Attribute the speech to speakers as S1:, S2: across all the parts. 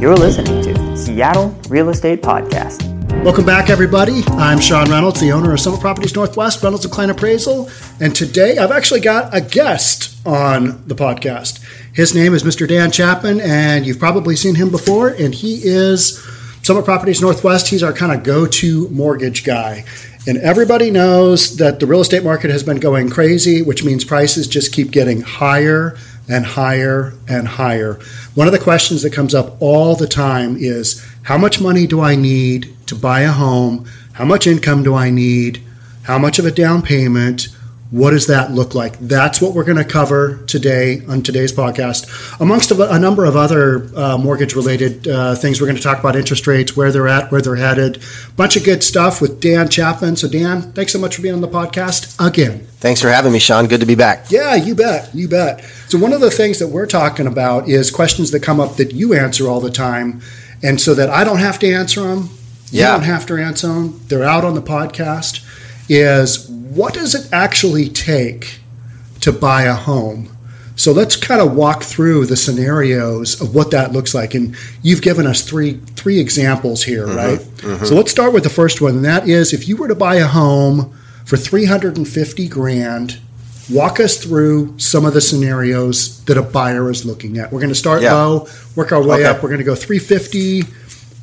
S1: You're listening to Seattle Real Estate Podcast.
S2: Welcome back, everybody. I'm Sean Reynolds, the owner of Summit Properties Northwest, Reynolds and Klein Appraisal. And today I've actually got a guest on the podcast. His name is Mr. Dan Chapman, and you've probably seen him before. And he is Summit Properties Northwest. He's our kind of go to mortgage guy. And everybody knows that the real estate market has been going crazy, which means prices just keep getting higher and higher and higher. One of the questions that comes up all the time is how much money do I need to buy a home? How much income do I need? How much of a down payment? What does that look like? That's what we're going to cover today on today's podcast. Amongst a, a number of other uh, mortgage related uh, things, we're going to talk about interest rates, where they're at, where they're headed. Bunch of good stuff with Dan Chapman. So, Dan, thanks so much for being on the podcast again.
S3: Thanks for having me, Sean. Good to be back.
S2: Yeah, you bet. You bet. So, one of the things that we're talking about is questions that come up that you answer all the time. And so that I don't have to answer them, you
S3: Yeah.
S2: don't have to answer them, they're out on the podcast is what does it actually take to buy a home? So, let's kind of walk through the scenarios of what that looks like. And you've given us three, three examples here,
S3: Mm-hmm,
S2: right? So, let's start with the first one. And that is if you were to buy a home for 350 grand, walk us through some of the scenarios that a buyer is looking at. We're going to start
S3: Yeah.
S2: low, work our way
S3: Okay.
S2: up. We're going to go 350.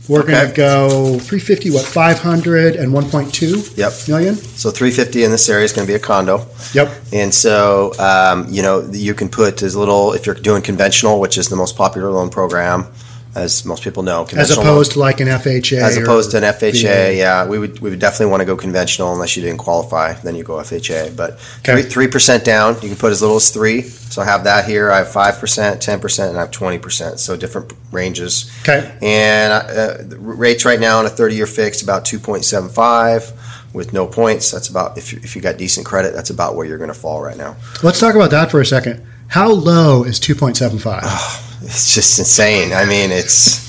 S2: We're going to
S3: Okay.
S2: go 350, what, 500 and 1.2
S3: Yep.
S2: million?
S3: So 350 in this area is going to be a condo.
S2: Yep.
S3: And so, um, you know, you can put as little, if you're doing conventional, which is the most popular loan program, as most people know.
S2: As
S3: Conventional
S2: opposed to like an FHA.
S3: as
S2: or
S3: opposed to an FHA,
S2: VA.
S3: yeah, we would we would definitely want to go conventional unless you didn't qualify. Then you go FHA, but
S2: Okay.
S3: three percent down, you can put as little as three. So I have that here. I have five percent, ten percent, and I have twenty percent. So different ranges.
S2: Okay.
S3: And uh, the r- rates right now on a thirty-year fixed about two point seven five with no points. That's about if you, if you got decent credit, that's about where you're going to fall right now.
S2: Let's talk about that for a second. How low is 2.75?
S3: It's just insane. I mean, it's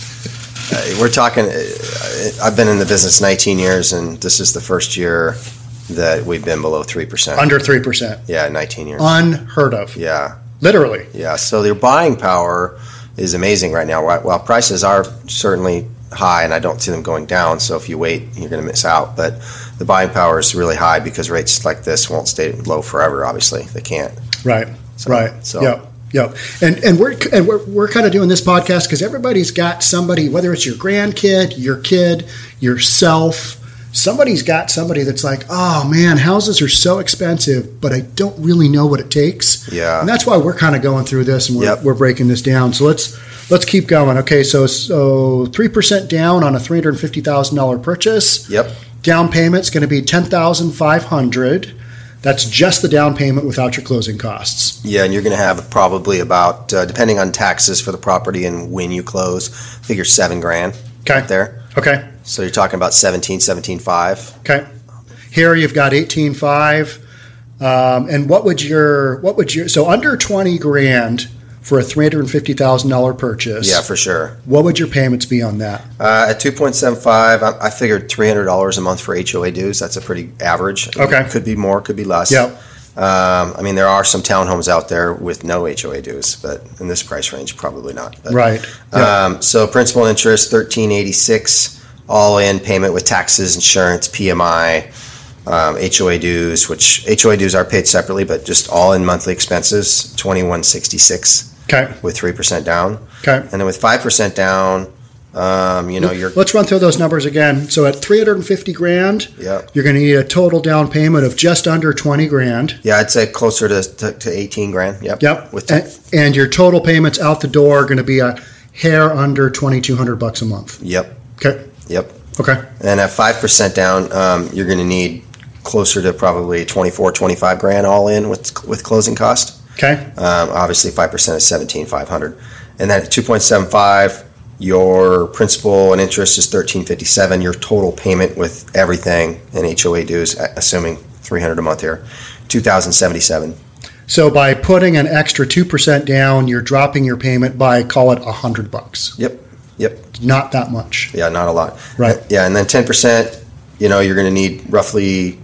S3: uh, we're talking. Uh, I've been in the business 19 years, and this is the first year that we've been below three percent.
S2: Under 3%.
S3: Yeah, 19 years.
S2: Unheard of.
S3: Yeah,
S2: Literally.
S3: yeah. So their buying power is amazing right now. While while prices are certainly high, and I don't see them going down. So if you wait, you're going to miss out. But the buying power is really high because rates like this won't stay low forever. Obviously, they can't.
S2: Right.
S3: So-
S2: right.
S3: so-
S2: Yep. Yep. And and we're and we're, we're kind of doing this podcast because everybody's got somebody, whether it's your grandkid, your kid, yourself. Somebody's got somebody that's like, oh man, houses are so expensive, but I don't really know what it takes.
S3: Yeah.
S2: and that's why we're kind of going through this and we're,
S3: Yep.
S2: we're breaking this down. So let's let's keep going. Okay, so so three percent down on a three hundred fifty thousand dollar purchase.
S3: Yep.
S2: Down payment's going to be ten thousand five hundred. That's just the down payment without your closing costs.
S3: Yeah, and you're going to have probably about, uh, depending on taxes for the property and when you close, figure seven grand
S2: Okay.
S3: there.
S2: Okay.
S3: So you're talking about 17, 17, five.
S2: Okay. Here you've got eighteen five, um, and what would your what would your so under twenty grand for a three hundred and fifty thousand dollar purchase?
S3: Yeah, for sure.
S2: What would your payments be on that?
S3: Uh, at 2.75, I, I figured $300 a month for HOA dues. That's a pretty average. I mean,
S2: Okay.
S3: Could be more, could be less.
S2: Yep.
S3: Um, I mean, there are some townhomes out there with no HOA dues, but in this price range, probably not. But,
S2: Right.
S3: Um, so principal and interest thirteen eighty six, all in payment with taxes, insurance, PMI, um, HOA dues, which HOA dues are paid separately, but just all in monthly expenses twenty one sixty six
S2: Okay.
S3: with three percent down,
S2: Okay.
S3: and then with five percent down, um, you know you're
S2: Let's run through those numbers again. So at three hundred and fifty grand,
S3: yeah
S2: you're going to need a total down payment of just under twenty grand.
S3: yeah I'd say closer to to, to eighteen grand. Yep.
S2: Yep.
S3: With
S2: and, and your total payments out the door are going to be a hair under twenty two hundred bucks a month.
S3: yep
S2: Okay.
S3: yep,
S2: Okay.
S3: and at five percent down, um, you're going to need closer to probably 24 25 grand all in with with closing cost
S2: Okay.
S3: Um, obviously, five percent is seventeen five hundred, and then at two point seven five, your principal and interest is thirteen fifty seven. Your total payment with everything and HOA dues, a- assuming three hundred a month here, two thousand seventy seven.
S2: So by putting an extra two percent down, you're dropping your payment by call it a hundred bucks.
S3: Yep, yep,
S2: Not that much.
S3: yeah, not a lot,
S2: Right.
S3: Yeah, and then ten percent, you know, you're going to need roughly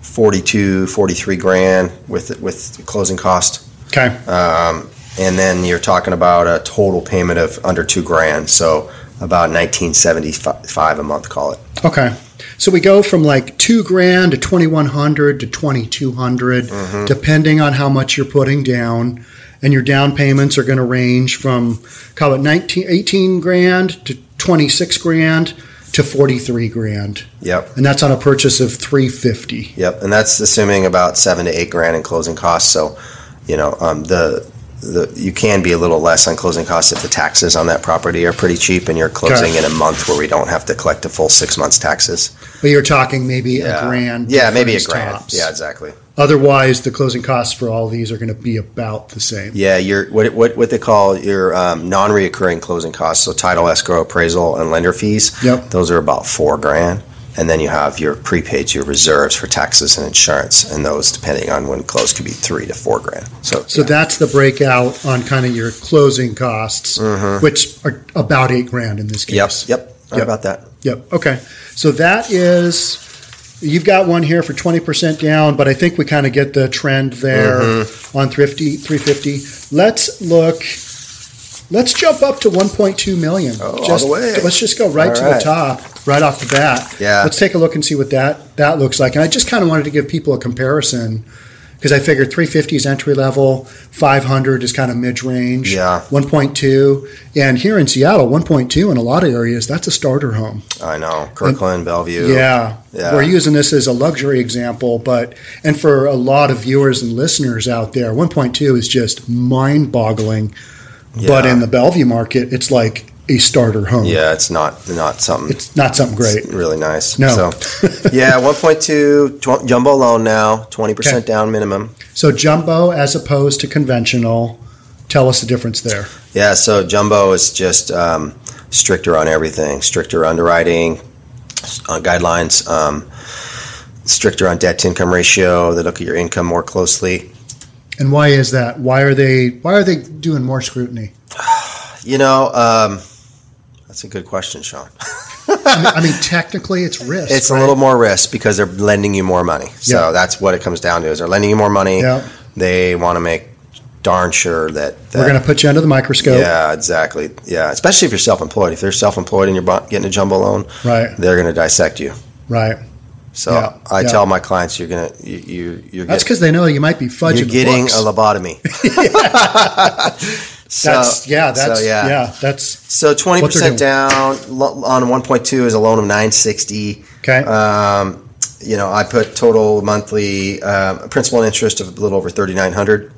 S3: 42, 43 grand with with closing cost.
S2: Okay.
S3: Um, and then you're talking about a total payment of under two grand, so about nineteen seventy five a month, call it.
S2: Okay. So we go from like two grand to twenty one hundred to twenty
S3: Mm-hmm.
S2: depending on how much you're putting down. And your down payments are going to range from call it 19, 18 grand to twenty six grand to forty three grand,
S3: Yep,
S2: and that's on a purchase of three fifty.
S3: yep, and that's assuming about seven to eight grand in closing costs. So, you know, um, the the you can be a little less on closing costs if the taxes on that property are pretty cheap, and you're closing in a month where we don't have to collect a full six months taxes.
S2: But you're talking maybe a grand.
S3: Yeah, maybe a
S2: difference
S3: grand.
S2: tops.
S3: Yeah, exactly.
S2: Otherwise, the closing costs for all these are going to be about the same.
S3: Yeah, your what what what they call your um, non-reoccurring closing costs, so title, escrow, appraisal, and lender fees.
S2: Yep.
S3: those are about four grand, and then you have your prepaids, your reserves for taxes and insurance, and those depending on when closed could be three to four grand. So,
S2: So
S3: yeah.
S2: that's the breakout on kind of your closing costs, which are about eight grand in this
S3: Mm-hmm. yep,
S2: case.
S3: yep, Right
S2: Yep.
S3: about that.
S2: Yep. Okay. So that is, you've got one here for 20% down, but I think we kind of get the trend there
S3: Mm-hmm.
S2: on thrifty 350. Let's look, let's jump up to 1.2 million.
S3: Oh, all the
S2: just,
S3: way.
S2: Let's just go right
S3: All
S2: to
S3: right.
S2: the top, right off the bat.
S3: Yeah.
S2: Let's take a look and see what that, that looks like. And I just kind of wanted to give people a comparison because I figured 350 is entry level, 500 is kind of mid range.
S3: Yeah.
S2: 1.2. And here in Seattle, 1.2 in a lot of areas, that's a starter home.
S3: I know Kirkland, Bellevue.
S2: Yeah.
S3: Yeah.
S2: We're using this as a luxury example, but and for a lot of viewers and listeners out there, 1.2 is just mind-boggling. But
S3: Yeah.
S2: in the Bellevue market, it's like a starter home.
S3: yeah, it's not not something
S2: It's not something great.
S3: really nice.
S2: No.
S3: So, yeah, 1.2 tw- jumbo loan now, 20%
S2: Okay.
S3: down minimum.
S2: So jumbo as opposed to conventional, tell us the difference there.
S3: Yeah, so Jumbo is just um, stricter on everything, stricter underwriting uh, guidelines, um, stricter on debt to income ratio. They look at your income more closely.
S2: And why is that? Why are they why are they doing more scrutiny?
S3: You know, um, that's a good question, Sean.
S2: I mean, I mean technically it's risk.
S3: It's a little more risk because they're lending you more money. So
S2: Yeah.
S3: that's what it comes down to: is they're lending you more money.
S2: Yeah.
S3: They want to make darn sure that, that
S2: We're going to put you under the microscope.
S3: Yeah, exactly. Yeah, especially if you're self-employed. If they're self-employed and you're bu- getting a jumbo loan,
S2: Right.
S3: they're going to dissect you.
S2: Right.
S3: So
S2: Yeah,
S3: I
S2: yeah.
S3: tell my clients, you're gonna you, you you're,
S2: That's
S3: get,
S2: cuz they know you might be fudging
S3: you're
S2: the
S3: getting
S2: books.
S3: a lobotomy. so,
S2: That's yeah. That's
S3: so,
S2: yeah.
S3: yeah.
S2: That's
S3: So twenty
S2: What they're doing.
S3: percent down lo- on one point two is a loan of nine sixty.
S2: okay.
S3: Um, you know, I put total monthly um, principal and interest of a little over thirty nine hundred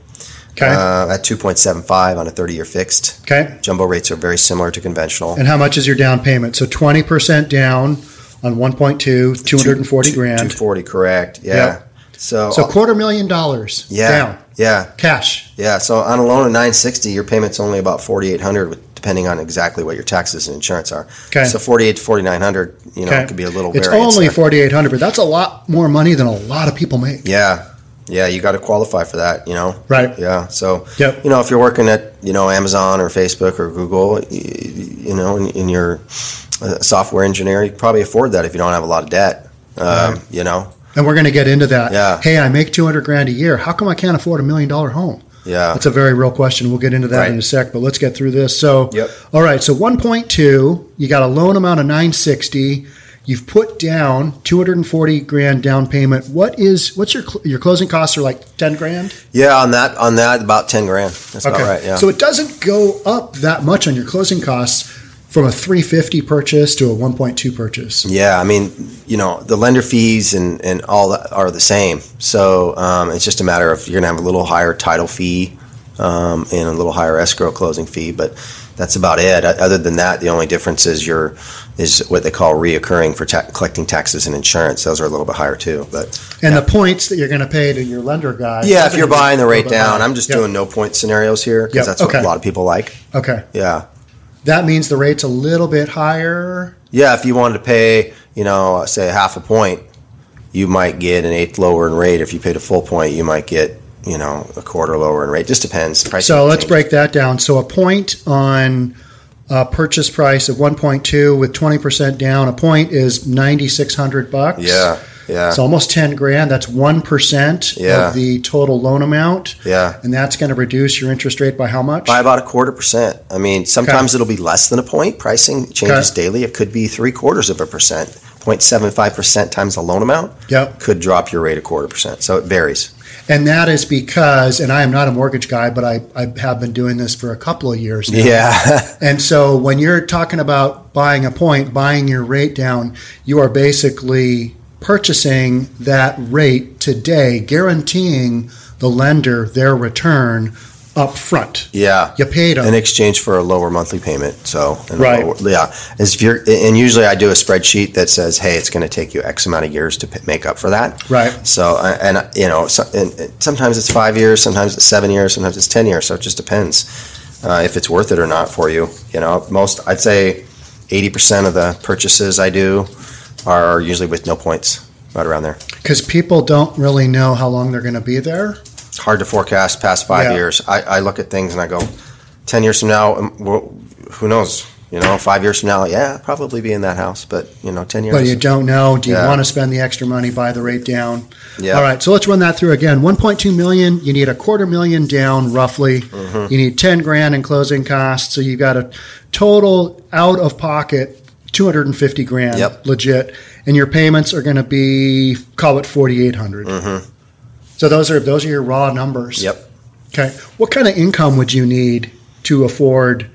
S2: okay.
S3: uh, at two point seven five on a thirty year fixed.
S2: okay.
S3: Jumbo rates are very similar to conventional.
S2: And how much is your down payment? So twenty percent down on 1.2, 240 grand.
S3: Two forty, correct? Yeah.
S2: Yep.
S3: So, uh,
S2: so quarter million dollars
S3: yeah,
S2: down
S3: yeah.
S2: cash.
S3: Yeah, so on a loan of nine sixty, your payment's only about forty eight hundred, depending on exactly what your taxes and insurance are.
S2: Okay.
S3: So forty eight to forty nine hundred, you know,
S2: Okay.
S3: it could be a little.
S2: It's
S3: variance
S2: only
S3: there.
S2: forty eight hundred, but that's a lot more money than a lot of people make.
S3: Yeah, yeah, you got to qualify for that, you know.
S2: Right.
S3: Yeah, so
S2: Yep.
S3: you know, if you're working at you know Amazon or Facebook or Google, you, you know, in, in your uh, software engineer, you can probably afford that if you don't have a lot of debt. Um, You know,
S2: And we're going to get into that.
S3: Yeah.
S2: Hey, I make two hundred grand a year. How come I can't afford a million dollar home?
S3: yeah,
S2: That's a very real question. We'll get into that
S3: Right.
S2: in a sec, but let's get through this. So,
S3: Yep.
S2: all right. So, one point two, you got a loan amount of nine sixty. You've put down two hundred and forty grand down payment. What is what's your cl- your closing costs are like ten grand?
S3: yeah. On that, on that, about ten grand. That's about right. Yeah.
S2: So it doesn't go up that much on your closing costs from a three fifty purchase to a one point two purchase.
S3: Yeah, I mean, you know, the lender fees and, and all that are the same. So um, it's just a matter of you're going to have a little higher title fee um, and a little higher escrow closing fee, but that's about it. O- Other than that, the only difference is your is what they call reoccurring for ta- collecting taxes and insurance. Those are a little bit higher too. But
S2: And the points that you're going to pay to your lender guy.
S3: yeah, if you're buying the rate
S2: Little bit
S3: down,
S2: higher.
S3: I'm just
S2: Yeah.
S3: doing no point scenarios here because
S2: Yep,
S3: that's what
S2: okay.
S3: a lot of people like.
S2: okay.
S3: Yeah.
S2: That means the rate's a little bit higher.
S3: Yeah, if you wanted to pay, you know, say half a point, you might get an eighth lower in rate. If you paid a full point, you might get, you know, a quarter lower in rate. Just depends. Price
S2: So
S3: can
S2: let's
S3: change.
S2: break that down. So a point on a purchase price of 1.2 with 20% down, a point is 9600 bucks.
S3: Yeah, Yeah.
S2: It's almost 10 grand. That's 1%
S3: Yeah.
S2: of the total loan amount.
S3: Yeah.
S2: And that's going to reduce your interest rate by how much?
S3: By about a quarter percent. I mean, sometimes it'll be less than a point. Pricing changes
S2: Okay.
S3: daily. It could be three quarters of a percent. 0.75% times the loan amount
S2: Yep.
S3: could drop your rate a quarter percent. So it varies.
S2: And that is because, and I am not a mortgage guy, but I, I have been doing this for a couple of years now.
S3: Yeah.
S2: And so when you're talking about buying a point, buying your rate down, you are basically purchasing that rate today, guaranteeing the lender their return up front.
S3: yeah.
S2: You paid them.
S3: In exchange for a lower monthly payment. So, and a
S2: Right.
S3: lower- yeah. As if you're, and usually I do a spreadsheet that says, hey, it's going to take you X amount of years to p- make up for that.
S2: Right.
S3: So, I- and, I- you know, so, and and sometimes it's five years, sometimes it's seven years, sometimes it's 10 years. So it just depends uh, if it's worth it or not for you. You know, most, I'd say 80% of the purchases I do are usually with no points, right around there.
S2: Because people don't really know how long they're going to be there.
S3: It's hard to forecast past five
S2: Yeah.
S3: years. I, I look at things and I go, 10 years from now, um, wh- who knows? You know, five years from now, yeah, I'll probably be in that house, but you know, 10 years.
S2: But you don't know. Do you
S3: Yeah.
S2: want to spend the extra money, buy the rate down?
S3: yeah.
S2: All right, so let's run that through again. 1.2 million, you need a quarter million down roughly.
S3: Mm-hmm.
S2: You need 10 grand in closing costs, so you got a total out of pocket 250 grand
S3: Yep.
S2: legit and your payments are going to be call it 4800.
S3: Mm-hmm.
S2: So those are those are your raw numbers.
S3: Mm. Yep.
S2: Okay. What kind of income would you need to afford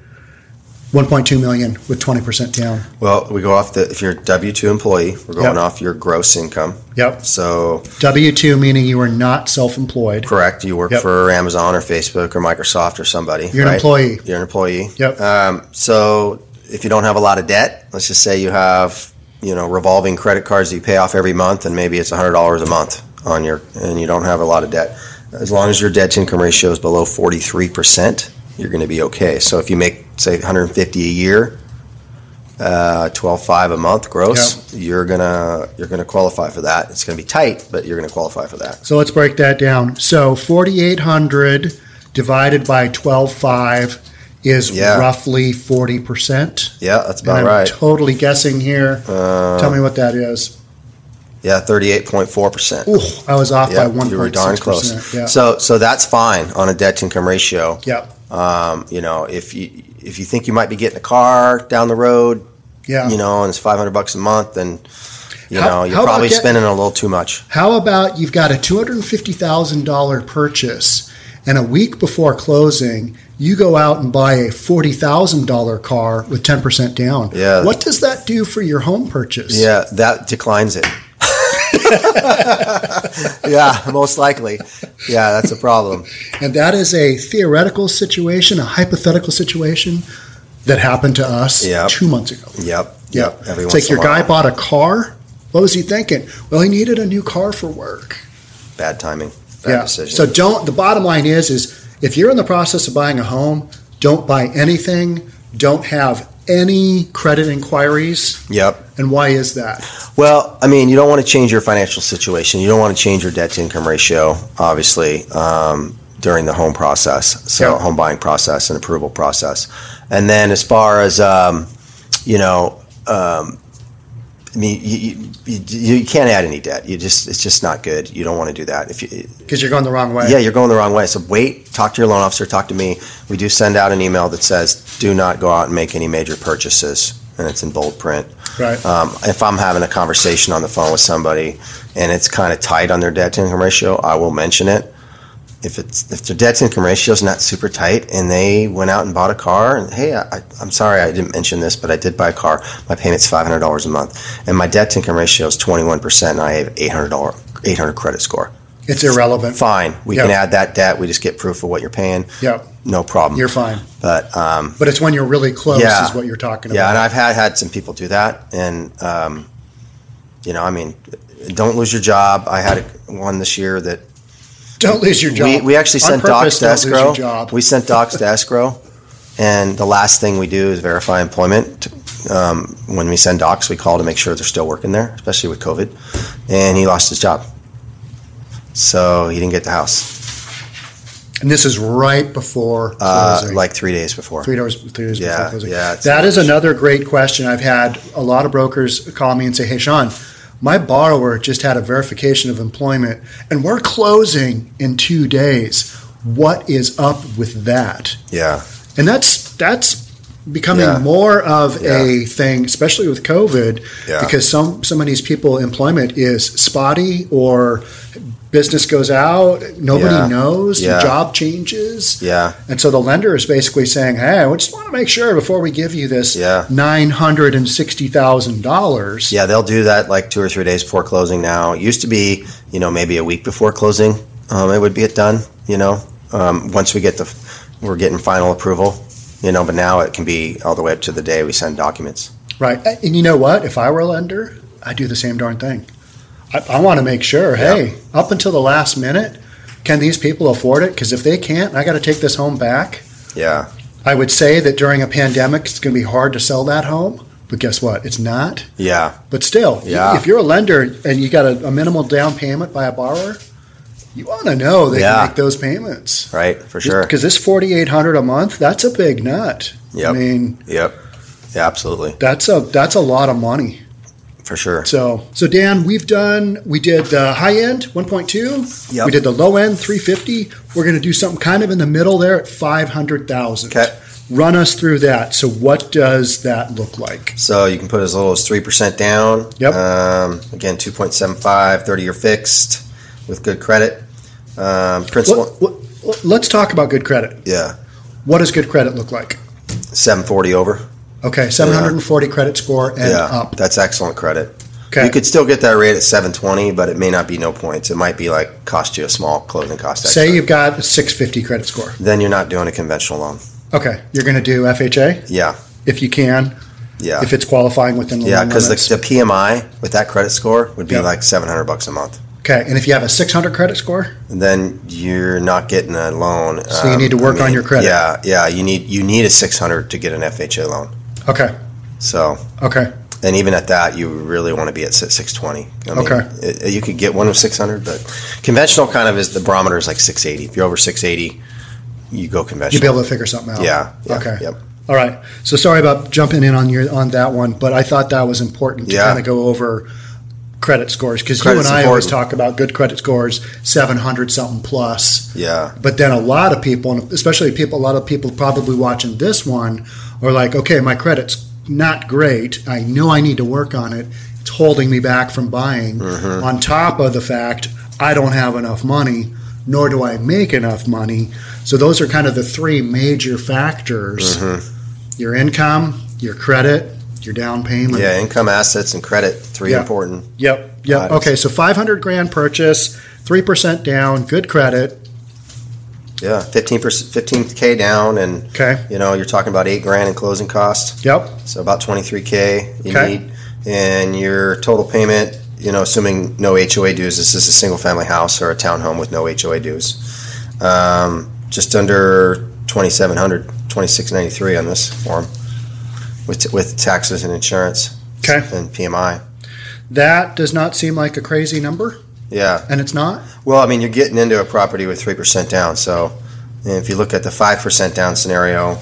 S2: 1.2 million with 20% down?
S3: Well, we go off the, if you're a W 2 employee, we're
S2: Yep.
S3: going off your gross income.
S2: Yep.
S3: So,
S2: W2 meaning you are not self-employed.
S3: correct, you work
S2: Yep.
S3: for Amazon or Facebook or Microsoft or somebody.
S2: You're an
S3: right?
S2: employee.
S3: You're an employee.
S2: Yep.
S3: Um, so if you don't have a lot of debt, let's just say you have, you know, revolving credit cards that you pay off every month, and maybe it's hundred dollars a month on your, and you don't have a lot of debt. As long as your debt to income ratio is below forty three percent, you're going to be okay. So if you make say one hundred and fifty a year, uh, twelve five a month gross, you're gonna you're gonna qualify for that. It's going to be tight, but you're going to qualify for that.
S2: So let's break that down. So 4,800 divided by 12.5 is
S3: Yeah.
S2: roughly 40%.
S3: Yeah, that's
S2: And
S3: about
S2: I'm
S3: right. Uh,
S2: totally guessing here. Tell me what that is.
S3: Yeah, thirty eight point four percent.
S2: Ooh, I was off by
S3: Yeah,
S2: 1.6%.
S3: you were darn close.
S2: Yeah.
S3: So, so that's fine on a debt to income ratio.
S2: yeah.
S3: Um, you know, if you if you think you might be getting a car down the road,
S2: Yeah.
S3: you know, and it's five hundred bucks a month, then you
S2: How-
S3: know you're
S2: how about
S3: probably
S2: get-
S3: spending a little too much.
S2: How about you've got a $250,000 purchase and a week before closing, you go out and buy a $40,000 car with 10% down.
S3: Yeah.
S2: What does that do for your home purchase?
S3: Yeah, that declines it. yeah, most likely. Yeah, that's a problem.
S2: And that is a theoretical situation, a hypothetical situation that happened to us
S3: Yeah.
S2: two months ago.
S3: Yep.
S2: Yeah.
S3: Yep.
S2: It's like
S3: once in
S2: your
S3: a
S2: guy
S3: while.
S2: bought a car. What was he thinking? Well, he needed a new car for work.
S3: Bad timing. Bad decision.
S2: So don't. The bottom line is, is if you're in the process of buying a home, don't buy anything. Don't have any credit inquiries.
S3: yep.
S2: And why is that?
S3: Well, I mean, you don't want to change your financial situation. You don't want to change your debt to income ratio, obviously, um, during the home process, so
S2: Yeah.
S3: home buying process and approval process. And then, as far as um, you know, um, I mean, you, you, you, you can't add any debt. You just it's just not good. You don't want to do that. If you,
S2: Because you're going the wrong way.
S3: yeah, you're going the wrong way. So wait, talk to your loan officer, talk to me. We do send out an email that says, "Do not go out and make any major purchases," and it's in bold print
S2: Right.
S3: um, if I'm having a conversation on the phone with somebody and it's kind of tight on their debt to income ratio, I will mention it. If it's if their debt to income ratio is not super tight and they went out and bought a car and hey, I, I- I'm sorry I didn't mention this, but I did buy a car. My payment's five hundred dollars a month, and my debt to income ratio is twenty one percent. and I have eight hundred dollar eight hundred credit score.
S2: It's irrelevant.
S3: Fine, we
S2: Yeah.
S3: can add that debt. We just get proof of what you're paying.
S2: Yeah.
S3: No problem.
S2: You're fine.
S3: but um,
S2: But it's when you're really close
S3: Yeah.
S2: is what you're talking
S3: yeah,
S2: about.
S3: and I've had had some people do that, and um, you know, I mean, don't lose your job. I had one this year that
S2: don't lose your job.
S3: we, we actually
S2: On
S3: sent
S2: purpose,
S3: docs to
S2: don't lose your
S3: escrow.
S2: job.
S3: We sent docs to escrow, and the last thing we do is verify employment. Um, when we send docs, we call to make sure they're still working there, especially with COVID. And he lost his job, so he didn't get the house
S2: and this is right before
S3: uh,
S2: closing.
S3: like three days before.
S2: Three doors, three doors
S3: Yeah,
S2: before closing.
S3: yeah, it's
S2: that is
S3: huge.
S2: another great question. I've had a lot of brokers call me and say, "Hey, Sean, My borrower just had a verification of employment and we're closing in two days. What is up with that?
S3: Yeah.
S2: And that's that's becoming
S3: Yeah.
S2: more of a
S3: Yeah.
S2: thing, especially with COVID,
S3: Yeah.
S2: because some some of these people employment is spotty or business goes out, nobody
S3: Yeah.
S2: knows,
S3: Yeah.
S2: the job changes.
S3: Yeah.
S2: And so the lender is basically saying, "Hey, we just want to make sure before we give you this
S3: Yeah.
S2: nine hundred and sixty thousand dollars."
S3: Yeah, they'll do that like two or three days before closing now. It used to be, you know, maybe a week before closing, um, it would get done, you know, um, once we get the, we're getting final approval, you know, but now it can be all the way up to the day we send documents.
S2: Right. And you know what? If I were a lender, I'd do the same darn thing. I, I want to make sure,
S3: Yeah.
S2: hey, up until the last minute, can these people afford it? Because if they can't, I got to take this home back.
S3: Yeah.
S2: I would say that during a pandemic, it's going to be hard to sell that home. But guess what? It's not.
S3: Yeah.
S2: But still, y-
S3: Yeah.
S2: if you're a lender and you got a, a minimal down payment by a borrower, you want to know they
S3: Yeah.
S2: can make those payments.
S3: Right. For sure.
S2: Because this 4800 a month, that's a big nut.
S3: Yep.
S2: I mean,
S3: Yep. Yeah, absolutely.
S2: that's a that's a lot of money.
S3: For sure.
S2: So, so Dan, we've done. We did the high end 1.2.
S3: Yep.
S2: We did the low end 350. We're going to do something kind of in the middle there at 500,000.
S3: Okay.
S2: Run us through that. So, what does that look like?
S3: So you can put as little as 3% down.
S2: Yep.
S3: Um, again, 2.75, 30 year fixed with good credit. Um, principal.
S2: What, what, what- let's talk about good credit.
S3: Yeah.
S2: What does good credit look like?
S3: 740 over.
S2: Okay, 740 credit score and
S3: yeah.
S2: up.
S3: That's excellent credit.
S2: Okay.
S3: You could still get that rate at 720, but it may not be no points. It might be like cost you a small closing cost. Extra.
S2: Say you've got a 650 credit score.
S3: then you're not doing a conventional loan.
S2: Okay, you're going to do FHA
S3: Yeah.
S2: if you can,
S3: Yeah.
S2: if it's qualifying within the
S3: yeah,
S2: loan
S3: because
S2: limits.
S3: the, the PMI with that credit score would be
S2: Yep.
S3: like 700 bucks a month.
S2: okay, and if you have a 600 credit score,
S3: And then you're not getting a loan. um,
S2: So you need to work on your credit.
S3: Yeah, yeah. You need you need a 600 to get an FHA loan.
S2: okay,
S3: So
S2: okay,
S3: and even at that, you really want to be at si- 620. I mean,
S2: Okay.
S3: it- it- you could get one with 600, but conventional kind of is the barometer is like 680. If you're over 680, you go conventional.
S2: you'll be able to figure something out.
S3: Yeah. yeah,
S2: Okay.
S3: Yep.
S2: All right. So sorry about jumping in on your on that one, but I thought that was important to
S3: Yeah.
S2: kind of go over credit scores because you and
S3: Credit's
S2: I always
S3: important.
S2: talk about good credit scores, seven hundred something plus.
S3: Yeah.
S2: But then a lot of people, and especially people, a lot of people probably watching this one are like, okay, my credit's not great. I know I need to work on it. It's holding me back from buying.
S3: Mm-hmm.
S2: On top of the fact, I don't have enough money, nor do I make enough money. So those are kind of the three major factors:
S3: Mm-hmm.
S2: your income, your credit, your down payment.
S3: Yeah. Income, assets, and credit. Three
S2: Yeah.
S3: important.
S2: Yep. Yep.
S3: Got it.
S2: Okay. So five hundred grand purchase, three percent down, good credit.
S3: Yeah. 15 percent, 15k down, and
S2: Okay.
S3: you know you're talking about eight grand in closing cost.
S2: Yep.
S3: So about 23K you
S2: Okay.
S3: need. And your total payment, you know, assuming no HOA dues, this is a single family house or a townhome with no HOA dues. Um, just under 2700 2693 on this form with, with taxes and insurance
S2: Okay.
S3: and PMI.
S2: That does not seem like a crazy number,
S3: Yeah.
S2: and it's not.
S3: Well, I mean, you're getting into a property with 3% down. So if you look at the 5% down scenario,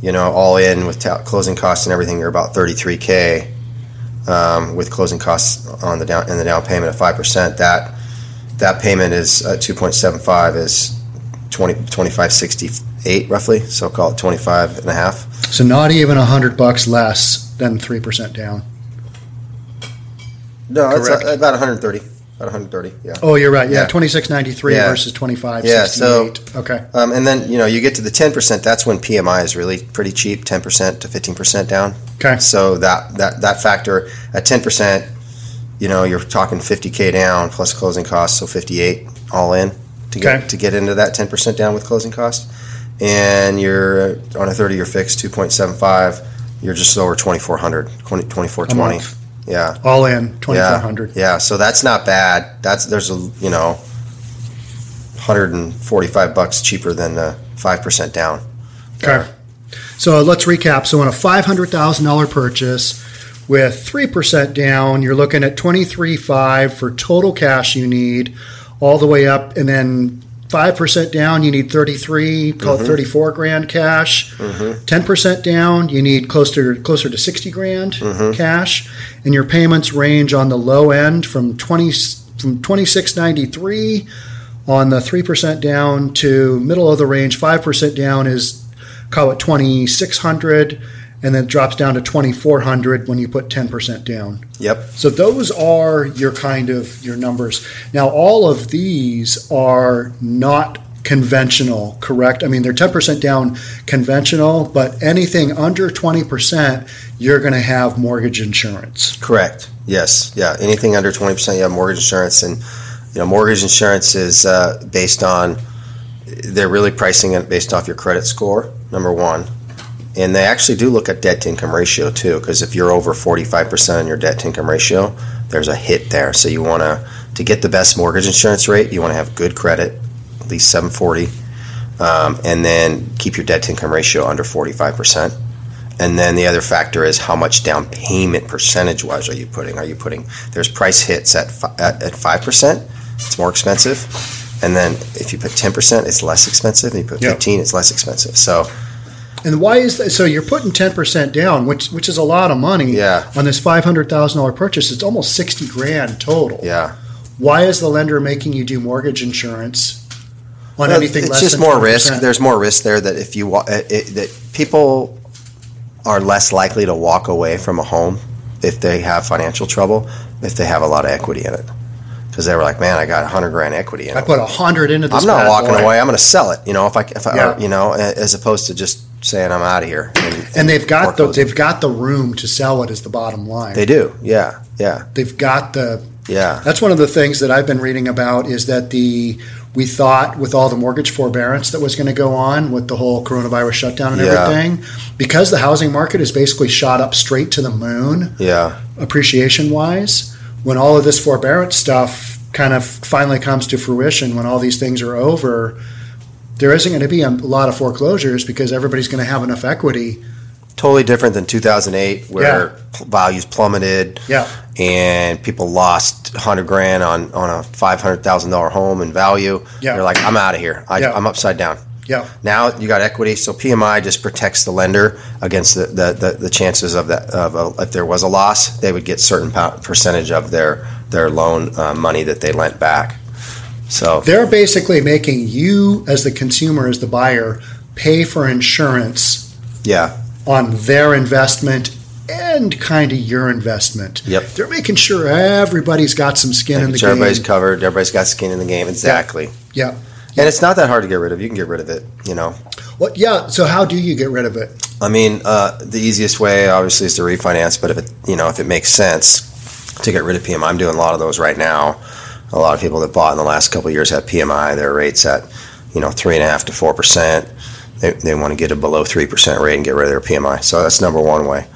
S3: you know, all in with ta- closing costs and everything, you're about 33K um, with closing costs on the down and the down payment of 5%. That that payment is uh, 2.75 is 20, 2568 roughly. So call it 25 and a half.
S2: So not even a hundred bucks less than three percent down.
S3: No, it's
S2: Correct.
S3: uh, about 130. About 130, yeah.
S2: Oh, you're right. Yeah,
S3: Yeah.
S2: twenty six ninety three
S3: Yeah.
S2: versus twenty five
S3: Yeah,
S2: sixty
S3: so-
S2: eight. okay,
S3: Um, and then, you know, you get to the 10%, that's when PMI is really pretty cheap, 10% to 15% down.
S2: okay,
S3: So that that that factor at ten percent, you know, you're talking fifty k down plus closing costs, so fifty eight all in to get
S2: Okay.
S3: to get into that ten percent down with closing costs, and you're on a thirty year fix two point seven five. You're just over 2400 20, 2420
S2: month.
S3: yeah
S2: all in twenty
S3: yeah
S2: four hundred.
S3: yeah so that's not bad that's there's a you know 145 bucks cheaper than the 5% down
S2: Okay, so let's recap. So on a five hundred thousand dollar purchase with three percent down, you're looking at twenty three five for total cash you need, all the way up, and then five percent down, you need thirty three, call it thirty four grand cash. 10 percent down, you need closer closer to sixty grand cash, and your payments range on the low end from twenty from twenty six ninety three on the three percent down to middle of the range. Five percent down is call it twenty six hundred, and then it drops down to twenty four hundred when you put ten percent down.
S3: Yep.
S2: So those are your kind of your numbers. Now all of these are not conventional, correct? I mean, they're 10% down conventional, but anything under 20%, you're going to have mortgage insurance.
S3: Correct. Yes. Yeah. Anything under twenty percent, you have mortgage insurance, and you know, mortgage insurance is uh, based on they're really pricing it based off your credit score. Number one, and they actually do look at debt to income ratio too, because if you're over forty five percent on your debt to income ratio, there's a hit there. So you want to to get the best mortgage insurance rate, you want to have good credit, at least seven forty, um, and then keep your debt to income ratio under forty five percent. And then the other factor is how much down payment percentage wise are you putting? Are you putting there's price hits at fi- at at five percent? It's more expensive, and then if you put ten percent, it's less expensive. And you put
S2: Yeah.
S3: fifteen, it's less expensive. So
S2: And why is that? So you're putting 10% down, which which is a lot of money
S3: Yeah.
S2: on this $500,000 purchase. It's almost 60 grand total.
S3: yeah,
S2: Why is the lender making you do mortgage insurance on
S3: Well,
S2: anything
S3: it's
S2: less
S3: just
S2: than
S3: more
S2: 10%?
S3: risk. There's more risk there that if you wa- uh, it, that people are less likely to walk away from a home if they have financial trouble if they have a lot of equity in it because they were like, man, I got a hundred grand equity in
S2: I
S3: it.
S2: put 100 into this
S3: I'm not
S2: bad
S3: walking
S2: boy.
S3: away. I'm going to sell it. You know, if I, if I,
S2: Yeah.
S3: you know, a- as opposed to just saying I'm out of here. And,
S2: And they've got the,
S3: foreclosing.
S2: they've got the room to sell it is the bottom line.
S3: They do. Yeah. Yeah.
S2: They've got the
S3: Yeah.
S2: That's one of the things that I've been reading about is that the we thought with all the mortgage forbearance that was going to go on with the whole coronavirus shutdown and
S3: Yeah.
S2: everything, because the housing market is basically shot up straight to the moon
S3: Yeah.
S2: appreciation wise, when all of this forbearance stuff kind of finally comes to fruition, when all these things are over, there isn't going to be a lot of foreclosures because everybody's going to have enough equity.
S3: Totally different than 2008 where pl- values plummeted.
S2: Yeah.
S3: and people lost 100 grand on, on a $500,000 home in value,
S2: Yeah.
S3: they're like, I'm out of here. I,
S2: Yeah.
S3: I'm upside down.
S2: Yeah.
S3: Now you got equity. So PMI just protects the lender against the, the, the, the chances of that. Of a, if there was a loss, they would get certain po- percentage of their, their loan uh, money that they lent back. So
S2: They're basically making you, as the consumer, as the buyer, pay for insurance
S3: yeah,
S2: on their investment and kind of your investment.
S3: Yep.
S2: They're making sure everybody's got some skin in the game.
S3: everybody's covered. Everybody's got skin in the game. Exactly.
S2: Yeah.
S3: And it's not that hard to get rid of. You can get rid of it, you know.
S2: Well, yeah. So how do you get rid of it?
S3: I mean, uh, the easiest way obviously is to refinance, but if it you know if it makes sense to get rid of PMI, I'm doing a lot of those right now. A lot of people that bought in the last couple of years have PMI. Their rates at you know three and a half to four percent. They, they want to get a below three percent rate and get rid of their PMI. So that's number one way.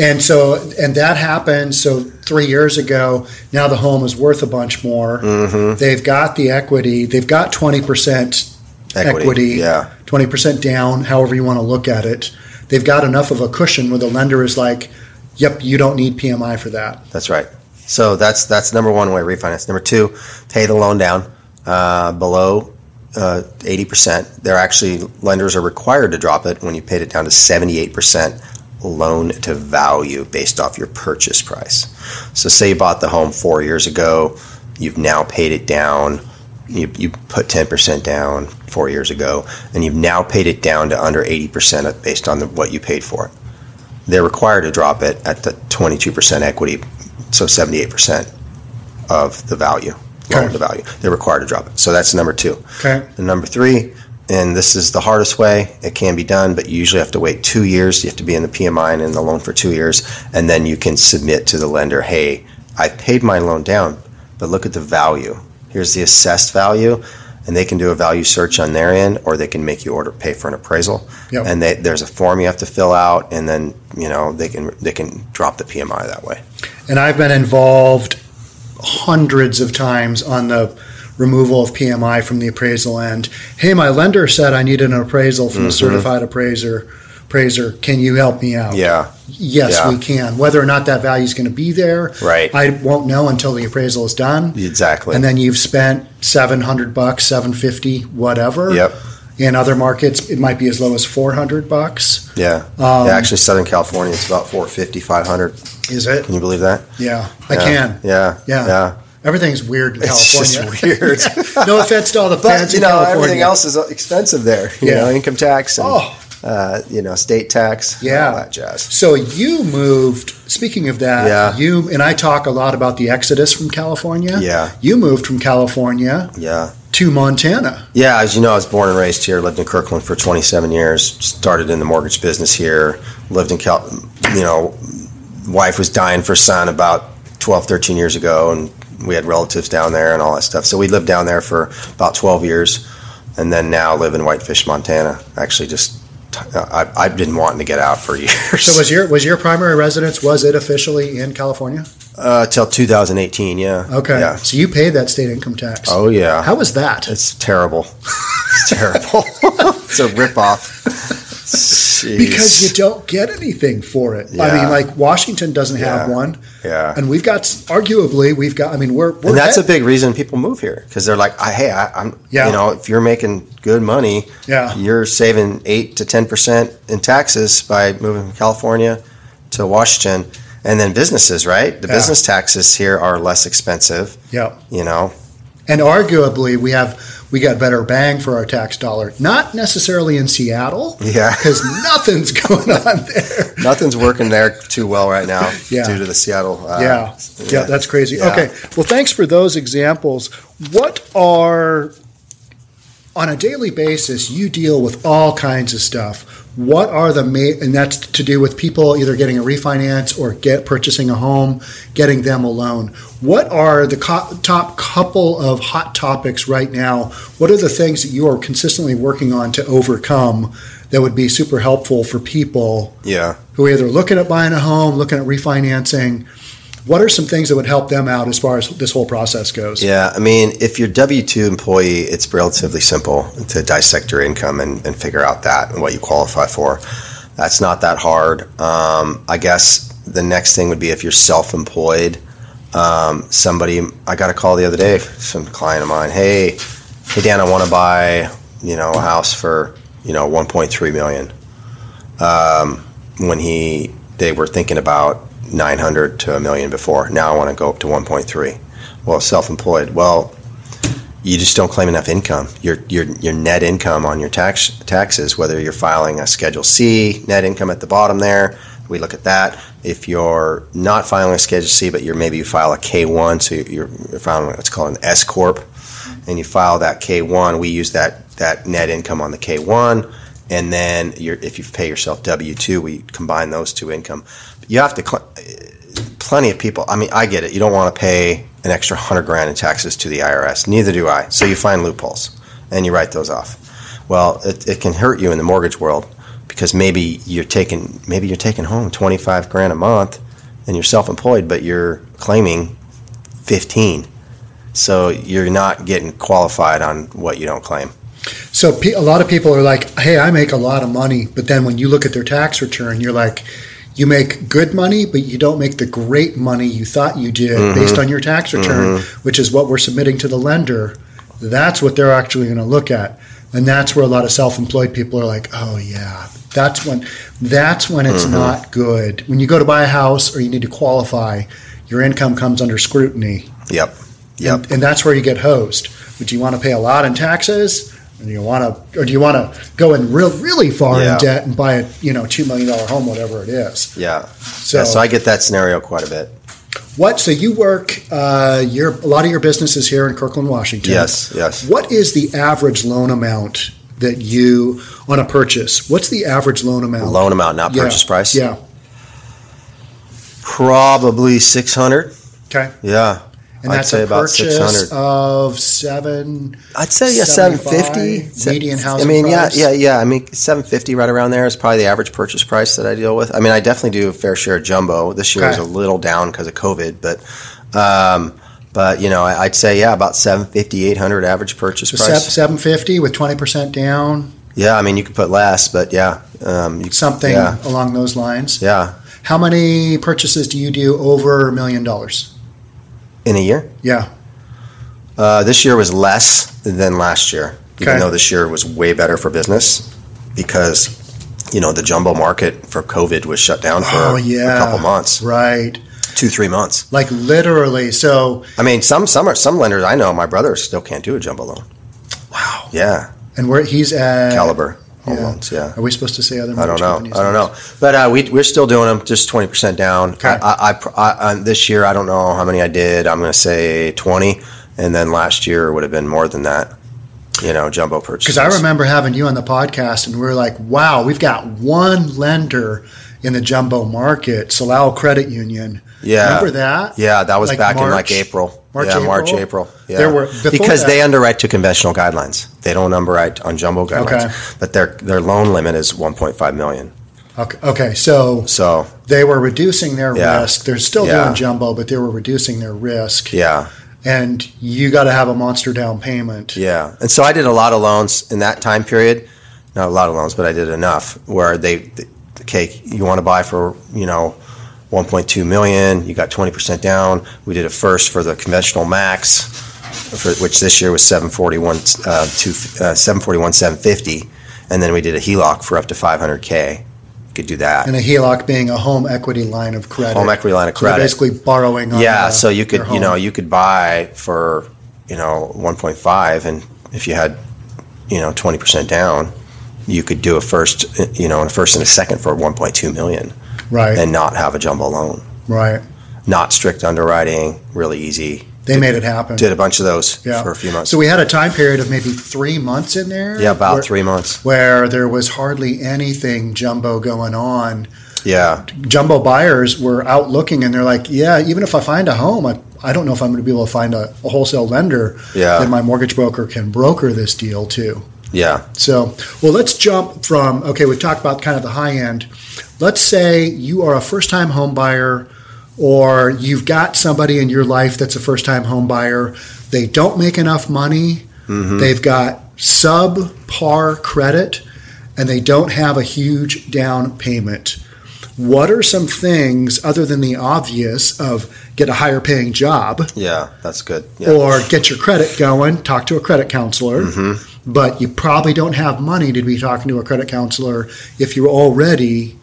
S2: And so, and that happened. So three years ago, now the home is worth a bunch more.
S3: Mm-hmm.
S2: They've got the equity. They've got twenty percent
S3: Equity,
S2: Equity.
S3: yeah,
S2: twenty percent down, however you want to look at it. They've got enough of a cushion where the lender is like, "Yep, you don't need PMI for that."
S3: that's right. So that's that's number one way refinance. Number two, pay the loan down uh, below uh, eighty percent. They're actually lenders are required to drop it when you paid it down to seventy eight percent loan to value based off your purchase price. So say you bought the home four years ago, you've now paid it down. You, you put 10% down four years ago, and you've now paid it down to under 80% of- based on the, what you paid for it. They're required to drop it at the 22% equity, so 78% of the value, loan
S2: Okay.
S3: to value. They're required to drop it. So that's number two.
S2: Okay.
S3: And number three, and this is the hardest way, it can be done, but you usually have to wait two years. You have to be in the PMI and in the loan for two years, and then you can submit to the lender, hey, I paid my loan down, but look at the value. Here's the assessed value, and they can do a value search on their end, or they can make you order pay for an appraisal.
S2: Yep.
S3: And they, there's a form you have to fill out, and then you know they can they can drop the PMI that way.
S2: And I've been involved hundreds of times on the removal of
S3: Mm-hmm.
S2: PMI from the appraisal end. Hey, my lender said I need an appraisal from a certified appraiser. appraiser, can you help me out?
S3: Yeah.
S2: Yes,
S3: Yeah.
S2: we can. Whether or not that value is going to be there,
S3: Right.
S2: I won't know until the appraisal is done.
S3: Exactly.
S2: And then you've spent seven hundred bucks, seven fifty, whatever.
S3: Yep.
S2: In other markets, it might be as low as four hundred bucks.
S3: Yeah.
S2: Um,
S3: yeah. Actually, Southern California, it's about 450, 500.
S2: Is it?
S3: Can you believe that?
S2: Yeah, I
S3: Yeah.
S2: can.
S3: Yeah.
S2: Yeah.
S3: Yeah.
S2: Everything's weird in
S3: It's just
S2: California.
S3: weird.
S2: no offense to all the
S3: But
S2: fans
S3: you
S2: in
S3: know,
S2: California.
S3: everything else is expensive there. You
S2: Yeah.
S3: know, income tax and
S2: Oh.
S3: uh, you know state tax. and
S2: Yeah.
S3: all that jazz.
S2: So you moved. Speaking of that,
S3: Yeah.
S2: you and I talk a lot about the exodus from California.
S3: Yeah.
S2: you moved from California
S3: Yeah,
S2: to Montana.
S3: yeah. As you know, I was born and raised here. Lived in Kirkland for 27 years. Started in the mortgage business here. Lived in Cal. You know, wife was dying for a son about 12, 13 years ago, and we had relatives down there and all that stuff. So we lived down there for about 12 years, and then now live in Whitefish, Montana. Actually, just. I, I've been wanting to get out for years.
S2: So was your was your primary residence was it officially in California?
S3: Uh, till 2018, yeah.
S2: Okay.
S3: Yeah.
S2: So you paid that state income tax.
S3: Oh yeah.
S2: How was that?
S3: it's terrible. It's terrible. it's a ripoff. Jeez.
S2: Because you don't get anything for it. I
S3: Yeah.
S2: mean, like Washington doesn't have
S3: Yeah.
S2: one,
S3: yeah.
S2: and we've got arguably we've got. I mean, we're, we're
S3: and that's
S2: ahead.
S3: a big reason people move here because they're like, I, hey, I, I'm,
S2: Yeah.
S3: you know, if you're making good money,
S2: Yeah.
S3: you're saving eight to ten percent in taxes by moving from California to Washington, and then businesses, right? The
S2: Yeah.
S3: business taxes here are less expensive,
S2: yeah.
S3: you know.
S2: And arguably, we have we got better bang for our tax dollar. Not necessarily in Seattle,
S3: Yeah.
S2: because nothing's going on there.
S3: Nothing's working there too well right now
S2: Yeah.
S3: due to the Seattle. Uh,
S2: yeah. yeah, that's crazy.
S3: Yeah.
S2: Okay, well, thanks for those examples. What are on a daily basis? You deal with all kinds of stuff. What are the ma- and that's to do with people either getting a refinance or get purchasing a home, getting them a loan. What are the co- top couple of hot topics right now? What are the things that you are consistently working on to overcome that would be super helpful for people
S3: yeah.
S2: who are either looking at buying a home, looking at refinancing, what are some things that would help them out as far as this whole process goes?
S3: Yeah, I mean, if you're W two employee, it's relatively simple to dissect your income and, and figure out that and what you qualify for. That's not that hard. Um, I guess the next thing would be if you're self employed. Um, somebody, I got a call the other day, some client of mine. Hey, hey Dan, I want to buy you know a house for you know 1.3 million. Um, when he they were thinking about 900 to a million before. Now I want to go up to 1.3 well self-employed well you just don't claim enough income your your your net income on your tax taxes whether you're filing a schedule C net income at the bottom there we look at that if you're not filing a schedule C but you're maybe you file a K1 so you're, you're filing what's called an S corp and you file that K1 we use that that net income on the K1 and then you if you pay yourself W2 we combine those two income you have to cl- plenty of people. I mean, I get it. You don't want to pay an extra hundred grand in taxes to the IRS. Neither do I. So you find loopholes and you write those off. Well, it, it can hurt you in the mortgage world because maybe you're taking maybe you're taking home twenty five grand a month and you're self employed, but you're claiming fifteen. So you're not getting qualified on what you don't claim.
S2: So pe- a lot of people are like, "Hey, I make a lot of money," but then when you look at their tax return, you're like, "You make good money, but you don't make the great money you thought you did based on your tax return, which is what we're submitting to the lender." That's what they're actually going to look at. And that's where a lot of self-employed people are like, "Oh yeah, that's when that's when it's not good. When you go to buy a house or you need to qualify, your income comes under scrutiny."
S3: Yep. Yep.
S2: And, and that's where you get hosed. But do you want to pay a lot in taxes? Or do you want to, or do you want to go in real, really far
S3: Yeah.
S2: in debt and buy a you know two million dollar home, whatever it is?
S3: yeah.
S2: So,
S3: yeah. So I get that scenario quite a bit.
S2: what? So you work uh, your a lot of your business is here in Kirkland, Washington.
S3: Yes. Yes.
S2: What is the average loan amount that you on a purchase? What's the average loan amount?
S3: Loan amount, not
S2: Yeah.
S3: purchase price.
S2: Yeah.
S3: Probably six hundred.
S2: Okay.
S3: Yeah.
S2: And
S3: I'd
S2: that's
S3: say
S2: a
S3: about
S2: purchase
S3: 600.
S2: of seven.
S3: I'd say yeah, seven
S2: 75,
S3: fifty.
S2: median
S3: I
S2: housing
S3: mean,
S2: price.
S3: yeah, yeah, yeah. I mean, seven fifty right around there is probably the average purchase price that I deal with. I mean, I definitely do a fair share of jumbo. This year
S2: Okay.
S3: is a little down because of COVID, but, um, but you know, I, I'd say yeah, about 750, 800 average purchase
S2: So
S3: price.
S2: seven fifty with twenty percent down.
S3: Yeah, I mean you could put less, but yeah, um, you,
S2: something
S3: Yeah,
S2: along those lines.
S3: yeah,
S2: How many purchases do you do over a million dollars?
S3: in a year.
S2: Yeah.
S3: Uh, this year was less than last year, even
S2: Okay.
S3: though this year was way better for business because you know the jumbo market for COVID was shut down for
S2: Oh, yeah.
S3: a couple months,
S2: Right.
S3: two three months.
S2: Like literally. So,
S3: I mean, some some are, some lenders I know, my brother still can't do a jumbo loan.
S2: wow.
S3: Yeah,
S2: And where he's at
S3: caliber home
S2: yeah.
S3: loans. Yeah.
S2: Are we supposed to say other
S3: I don't
S2: mortgage
S3: know.
S2: companies?
S3: I don't know. But uh, we we're still doing them, just twenty percent down.
S2: Okay.
S3: I, I, I, pr- I, I this year I don't know how many I did. I'm going to say twenty, and then last year would have been more than that. You know, jumbo purchases.
S2: Because I remember having you on the podcast, and we were like, wow, we've got one lender in the jumbo market, Salal Credit Union.
S3: Yeah.
S2: Remember that?
S3: Yeah, that was
S2: like
S3: back in
S2: March-
S3: like April.
S2: March,
S3: yeah, March,
S2: April?
S3: April. Yeah.
S2: There were- before
S3: because
S2: that-
S3: they underwrite to conventional guidelines. They don't underwrite on jumbo guidelines.
S2: Okay.
S3: But their their loan limit is 1.5 million.
S2: Okay, okay, so
S3: So
S2: they were reducing their
S3: Yeah.
S2: risk. They're still
S3: Yeah.
S2: doing jumbo, but they were reducing their risk.
S3: yeah,
S2: And you got to have a monster down payment.
S3: yeah. And so I did a lot of loans in that time period. Not a lot of loans, but I did enough where they, the, okay, you want to buy for you know 1.2 million. You got 20 percent down. We did a first for the conventional max, for, which this year was 741 uh, to uh, 741 750, and then we did a HELOC for up to 500k. You could do that.
S2: And a E HELOC being a home equity line of credit.
S3: Home equity line of
S2: So they're
S3: credit.
S2: basically borrowing on
S3: yeah
S2: uh,
S3: so you
S2: their
S3: could you know
S2: home.
S3: you could buy for you know 1.5 and if you had you know 20% down you could do a first you know a first and a second for 1.2 million
S2: right,
S3: and not have a jumbo loan
S2: right.
S3: not strict underwriting really easy
S2: They made it happen.
S3: did a bunch of those
S2: yeah.
S3: for a few months
S2: So we had a time period of maybe three months in there.
S3: yeah about
S2: where-
S3: three months
S2: where there was hardly anything jumbo going on.
S3: yeah
S2: Jumbo buyers were out looking and they're like, yeah, even if I find a home, I, I don't know if I'm going to be able to find a, a wholesale lender
S3: Yeah.
S2: that my mortgage broker can broker this deal to.
S3: yeah
S2: So, well, let's jump from, okay, we've talked about kind of the high end. Let's say you are a first time home buyer or you've got somebody in your life that's a first time home buyer. They don't make enough money. They've got subpar credit and they don't have a huge down payment. What are some things other than the obvious of get a higher paying job
S3: yeah that's good yeah.
S2: or get your credit going, talk to a credit counselor.
S3: Mm-hmm.
S2: But you probably don't have money to be talking to a credit counselor if you're already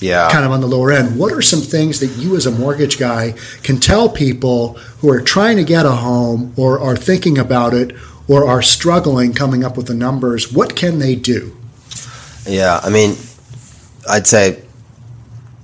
S3: yeah
S2: kind of on the lower end. What are some things that you, as a mortgage guy, can tell people who are trying to get a home or are thinking about it or are struggling coming up with the numbers? What can they do?
S3: Yeah, I mean, I'd say,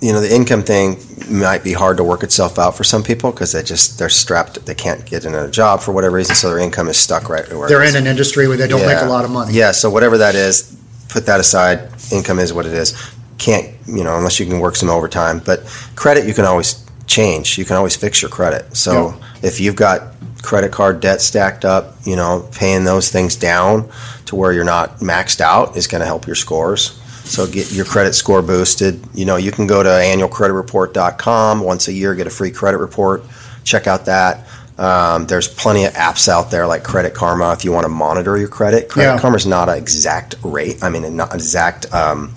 S3: you know, the income thing might be hard to work itself out for some people because they just they're strapped, they can't get another job for whatever reason, so their income is stuck right where it
S2: They're
S3: is.
S2: in an industry where they don't make
S3: Yeah.
S2: a lot of money.
S3: Yeah, so whatever that is, put that aside. Income is what it is. Can't you know unless you can work some overtime, but credit you can always change. You can always fix your credit. So if you've got credit card debt stacked up, you know paying those things down to where you're not maxed out is going to help your scores. So get your credit score boosted. You know you can go to annualcreditreport.com once a year, get a free credit report. Check out that. Um, there's plenty of apps out there like Credit Karma if you want to monitor your credit. Credit
S2: Yeah.
S3: Karma is not an exact rate. I mean, not an exact um,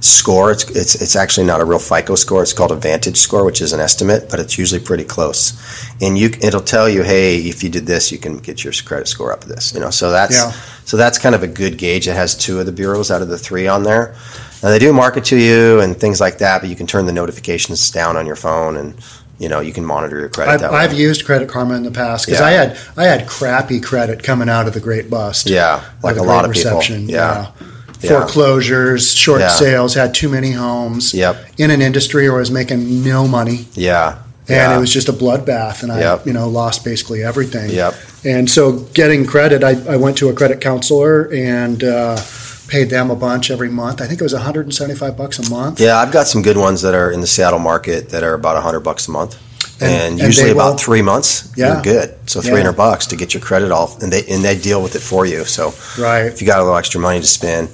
S3: score. It's, it's it's actually not a real FICO score. It's called a Vantage score, which is an estimate, but it's usually pretty close. And you it'll tell you, hey, if you did this, you can get your credit score up to this. You know, so that's
S2: Yeah.
S3: so that's kind of a good gauge. It has two of the bureaus out of the three on there. Now they do market to you and things like that, but you can turn the notifications down on your phone and. You know, you can monitor your credit.
S2: I've,
S3: that way.
S2: I've used Credit Karma in the past because
S3: Yeah.
S2: I had I had crappy credit coming out of the Great Bust.
S3: Yeah, like
S2: the
S3: a
S2: Great
S3: lot of
S2: Recession,
S3: people. Yeah,
S2: yeah.
S3: Yeah.
S2: Foreclosures, short
S3: Yeah.
S2: sales, had too many homes.
S3: Yep.
S2: In an industry where I was making no money,
S3: yeah,
S2: and
S3: yeah.
S2: it was just a bloodbath, and I,
S3: Yep.
S2: you know, lost basically everything.
S3: Yep.
S2: And so, getting credit, I, I went to a credit counselor and uh, paid them a bunch every month. I think it was 175 bucks a month.
S3: Yeah, I've got some good ones that are in the Seattle market that are about hundred bucks a month,
S2: And-
S3: and,
S2: and
S3: usually
S2: they
S3: about
S2: will-
S3: three months.
S2: Yeah.
S3: you're good. So
S2: Yeah.
S3: three hundred bucks to get your credit off, and they and they deal with it for you. So
S2: Right.
S3: if you got a little extra money to spend,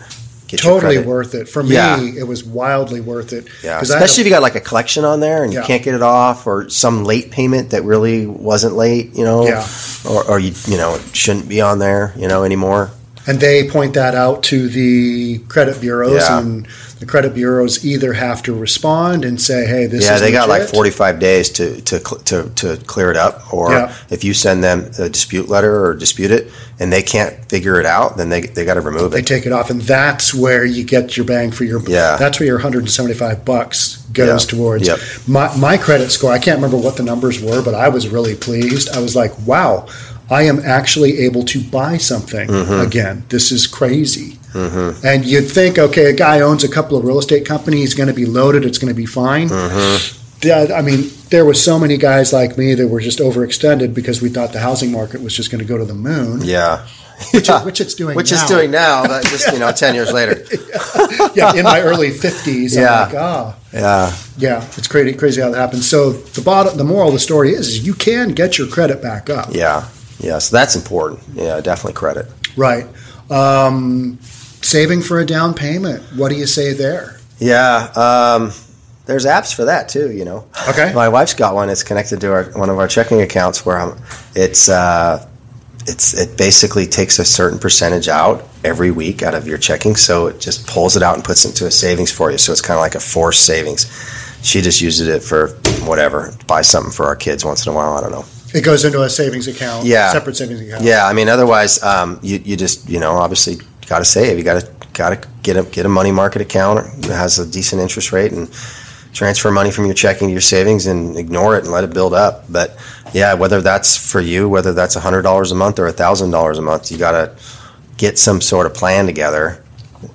S3: get your
S2: Totally
S3: credit.
S2: worth it for me.
S3: Yeah.
S2: It was wildly worth it.
S3: Yeah,
S2: 'Cause I had a-
S3: especially if you got like a collection on there and
S2: Yeah.
S3: you can't get it off, or some late payment that really wasn't late, you know,
S2: Yeah.
S3: or, or you you know it shouldn't be on there, you know, anymore.
S2: and they point that out to the credit bureaus,
S3: Yeah.
S2: and the credit bureaus either have to respond and say, "Hey, this
S3: yeah,
S2: is
S3: they got like
S2: legit.
S3: 45 days to, to, cl- to, to clear it up. Or
S2: Yeah.
S3: if you send them a dispute letter or dispute it and they can't figure it out, then they, they got to remove
S2: They
S3: it.
S2: take it off, and that's where you get your bang for your.
S3: Yeah.
S2: That's where your 175 bucks goes
S3: Yeah.
S2: towards.
S3: Yep.
S2: My my credit score. I can't remember what the numbers were, but I was really pleased. I was like, wow, I am actually able to buy something
S3: Mm-hmm.
S2: again. This is crazy. And you'd think, okay, a guy owns a couple of real estate companies, he's going to be loaded, it's going to be fine.
S3: Mm-hmm.
S2: Yeah, I mean, there were so many guys like me that were just overextended because we thought the housing market was just going to go to the moon,
S3: yeah.
S2: which, it- which it's doing.
S3: Which
S2: now.
S3: it's doing now, that just, you know, 10 years later.
S2: yeah, in my early fifties.
S3: Yeah.
S2: I'm like, ah,
S3: Yeah.
S2: yeah, it's crazy, crazy how that happens. So the bottom, the moral of the story is, is you can get your credit back up,
S3: Yeah. Yeah. So that's important. Yeah. Definitely credit.
S2: right? Um, saving for a down payment. What do you say there?
S3: Yeah. Um, there's apps for that too, you know.
S2: Okay.
S3: My wife's got one. It's connected to our, one of our checking accounts where I'm, it's uh, it's it basically takes a certain percentage out every week out of your checking, so it just pulls it out and puts it into a savings for you. So it's kind of like a forced savings. She just uses it for whatever, buy something for our kids once in a while. I don't know.
S2: It goes into a savings account,
S3: Yeah.
S2: separate savings account.
S3: Yeah, I mean, otherwise, um, you you just you know obviously got to save. You got to got to get a get a money market account that has a decent interest rate and transfer money from your checking to your savings and ignore it and let it build up. But yeah, whether that's for you, whether that's hundred dollars a month or thousand dollars a month, you got to get some sort of plan together.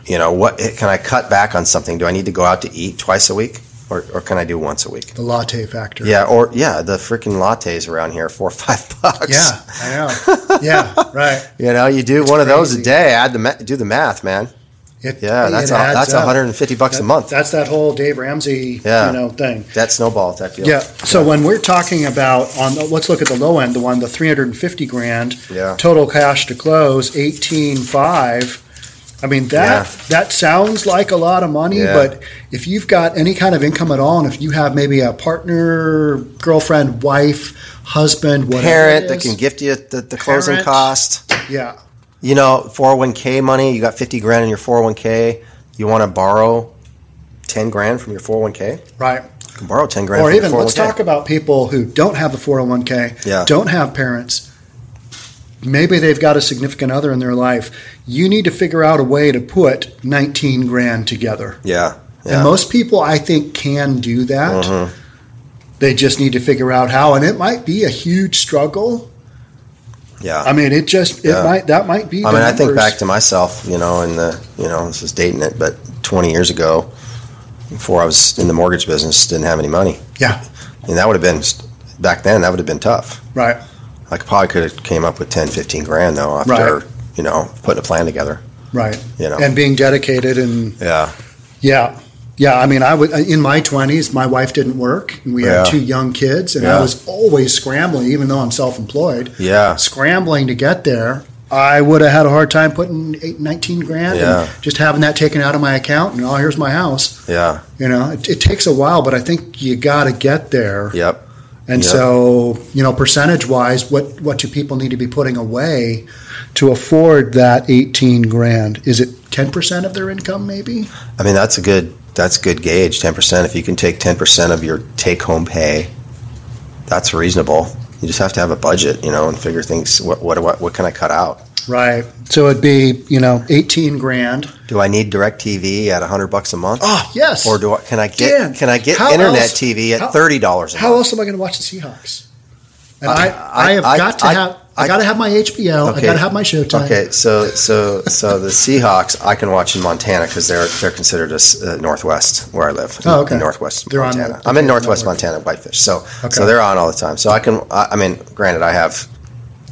S3: You know, what eh, can I cut back on something? Do I need to go out to eat twice a week, or, or can I do once a week?
S2: the latte factor.
S3: Yeah, or yeah, the freaking lattes around here are four or five bucks.
S2: yeah, I know. yeah, right.
S3: You know, you do one of those a
S2: crazy.
S3: day. Add the ma- do the math, man.
S2: It-
S3: Yeah, that's
S2: it
S3: a,
S2: adds
S3: that's
S2: up.
S3: 150 bucks a
S2: That-
S3: month. That,
S2: That's that whole Dave Ramsey,
S3: Yeah.
S2: you know, thing.
S3: snowball type deal.
S2: Yeah. So when we're talking about on the, let's look at the low end, the one the 350 grand
S3: Yeah.
S2: total cash to close 185. I mean that that sounds like a lot of money,
S3: Yeah.
S2: but if you've got any kind of income at all and if you have maybe a partner, girlfriend, wife, husband, whatever
S3: Parent
S2: it
S3: that can
S2: is,
S3: gift you the, the closing
S2: Parent.
S3: cost.
S2: yeah.
S3: You know, 401k money. You got 50 grand in your 401k. You want to borrow 10 grand from your 401k?
S2: Right.
S3: You can borrow 10 grand.
S2: Or
S3: from
S2: even
S3: your 401k.
S2: let's talk about people who don't have a 401k,
S3: Yeah.
S2: don't have parents. Maybe they've got a significant other in their life. You need to figure out a way to put 19 grand together.
S3: Yeah. Yeah. Mm-hmm.
S2: And most people, I think, can do that. They just need to figure out how. And it might be a huge struggle.
S3: yeah.
S2: I mean, it just, it
S3: Yeah.
S2: might, that might be.
S3: I
S2: the
S3: mean, I think
S2: numbers.
S3: back to myself, you know, and the, you know, this is dating it, but 20 years ago, before I was in the mortgage business, didn't have any money.
S2: Yeah.
S3: And that would have been, back then, that would have been tough.
S2: Right.
S3: I could- probably could have came up with 10, 15 grand though, after,
S2: Right.
S3: you know, putting a plan together,
S2: Right.
S3: you know.
S2: And being dedicated and
S3: yeah.
S2: Yeah. Yeah, I mean, I would in my twenties. My wife didn't work, and we had
S3: Yeah.
S2: two young kids, and I
S3: Yeah.
S2: was always scrambling. Even though I'm self-employed,
S3: Yeah.
S2: scrambling to get there. I would have had a hard time putting eight, 19 grand
S3: Yeah.
S2: and just having that taken out of my account. And oh, here's my house.
S3: Yeah.
S2: You know, it, it takes a while, but I think you got to get there.
S3: Yep.
S2: And
S3: Yeah.
S2: so, you know, percentage wise, what what do people need to be putting away to afford that eighteen grand? Is it ten percent of their income, maybe?
S3: I mean, that's a good, that's a good gauge, 10%. If you can take 10% of your take home pay, that's reasonable. You just have to have a budget, you know, and figure things, what, what, what, what can I cut out?
S2: Right. So it'd be, you know, 18 grand.
S3: Do I need direct TV at 100 bucks a month?
S2: Oh, yes.
S3: Or do I, can I get,
S2: Dan,
S3: can I get
S2: how
S3: internet
S2: else-
S3: TV at
S2: how-
S3: $30 a month?
S2: How else am I going to watch the Seahawks? And I, I,
S3: I-
S2: have
S3: I-
S2: got to
S3: I-
S2: have, I,
S3: I-
S2: got to have my HBO. I
S3: Okay.
S2: got to have my Showtime.
S3: Okay, so so so the Seahawks I can watch in Montana because they're they're considered as uh, Northwest where I live.
S2: Oh, okay.
S3: In Northwest
S2: They're on
S3: Montana.
S2: the-
S3: I'm in
S2: okay,
S3: Northwest
S2: network.
S3: Montana, Whitefish. So
S2: Okay.
S3: so they're on all the time. So I can I, I mean, granted, I have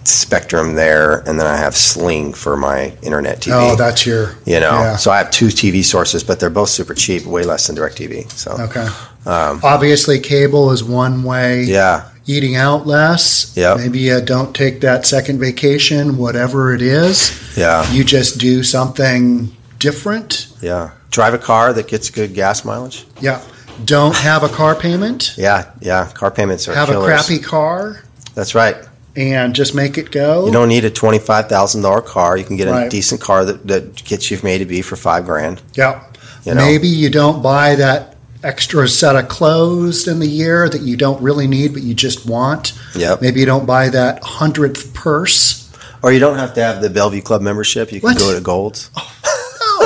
S3: Spectrum there, and then I have Sling for my internet TV.
S2: Oh, that's your,
S3: you know,
S2: yeah.
S3: so I have two TV sources, but they're both super cheap, way less than DirecTV. So um,
S2: okay. Obviously, cable is one way.
S3: yeah,
S2: Eating out less.
S3: Yeah.
S2: Maybe you don't take that second vacation, whatever it is.
S3: yeah,
S2: You just do something different.
S3: yeah. Drive a car that gets good gas mileage.
S2: Yeah. Don't have a car payment.
S3: Yeah, yeah. Car payments are
S2: Have
S3: killers.
S2: a crappy car.
S3: That's right.
S2: and just make it go.
S3: You don't need a twenty-five thousand dollar car. You can get a
S2: Right.
S3: decent car that, that gets you from A to B for five grand.
S2: yeah.
S3: You know?
S2: Maybe you don't buy that extra set of clothes in the year that you don't really need, but you just want.
S3: Yep.
S2: Maybe you don't buy that hundredth purse.
S3: Or you don't have to have the Bellevue Club membership. You can
S2: What?
S3: go to Gold's.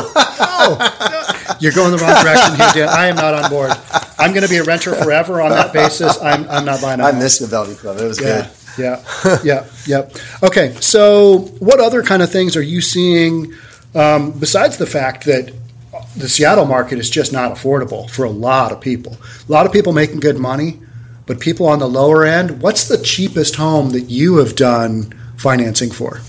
S2: You're going the wrong direction here, Dan. I am not on board. I'm going to be a renter forever on that basis. I'm, I'm not buying a
S3: I
S2: house.
S3: missed the Bellevue Club. It was
S2: Yeah, yeah, yeah, yeah. Okay, so what other kind of things are you seeing um, besides the fact that the Seattle market is just not affordable for a lot of people? A lot of people making good money, but people on the lower end. What's the cheapest home that you have done financing for?
S3: good.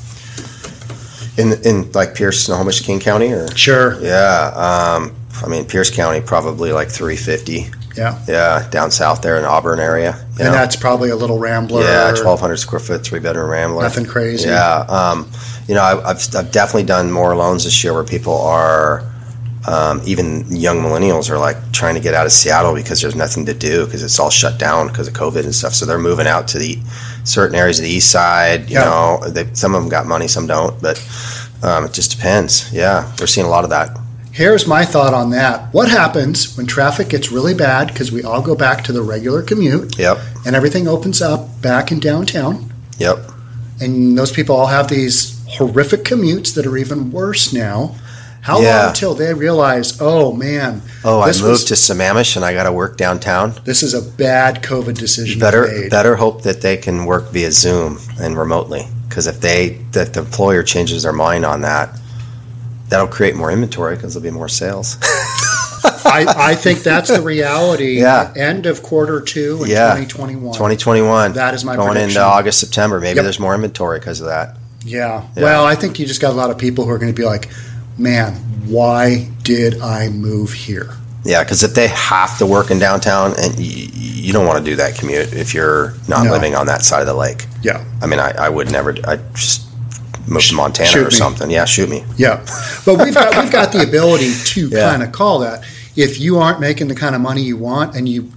S3: In in like Pierce, Snohomish, King County, or
S2: Sure.
S3: yeah. Um, I mean Pierce County probably like three fifty.
S2: Yeah.
S3: Yeah, down south there in Auburn area. you know?
S2: And that's probably a little rambler.
S3: Yeah, twelve hundred square foot, three bedroom Rambler.
S2: Nothing crazy.
S3: Yeah, um, you know, I, I've, I've definitely done more loans this year where people are, um, even young millennials are like trying to get out of Seattle because there's nothing to do because it's all shut down because of COVID and stuff. So they're moving out to the certain areas of the east side. You
S2: Yeah.
S3: know, they, some of them got money, some don't, but um, it just depends. Yeah, we're seeing a lot of that.
S2: Here's my thought on that. What happens when traffic gets really bad because we all go back to the regular commute
S3: Yep,
S2: and everything opens up back in downtown?
S3: yep.
S2: and those people all have these horrific commutes that are even worse now. How long
S3: Yeah.
S2: until they realize, oh man,
S3: Oh,
S2: This
S3: I
S2: was-
S3: moved to Sammamish and I got to work downtown.
S2: this is a bad COVID decision.
S3: better
S2: made.
S3: better hope that they can work via Zoom and remotely because if they that the employer changes their mind on that, that'll create more inventory because there'll be more sales.
S2: I, I think that's the reality.
S3: Yeah.
S2: End of quarter two in
S3: Yeah.
S2: 2021.
S3: Twenty twenty one.
S2: That is my
S3: going
S2: prediction.
S3: into August September. Maybe
S2: Yep.
S3: there's more inventory because of that.
S2: Yeah.
S3: Yeah.
S2: Well, I think you just got a lot of people who are going to be like, man, why did I move here?
S3: Yeah, because if they have to work in downtown, and y- y- you don't want to do that commute if you're not
S2: No.
S3: living on that side of the lake.
S2: Yeah.
S3: I mean, I, I would never. d- I'd just move to Montana
S2: shoot
S3: or
S2: me.
S3: something. Yeah, shoot me.
S2: Yeah, but we've got, we've got the ability to
S3: Yeah.
S2: kind of call that. If you aren't making the kind of money you want, and you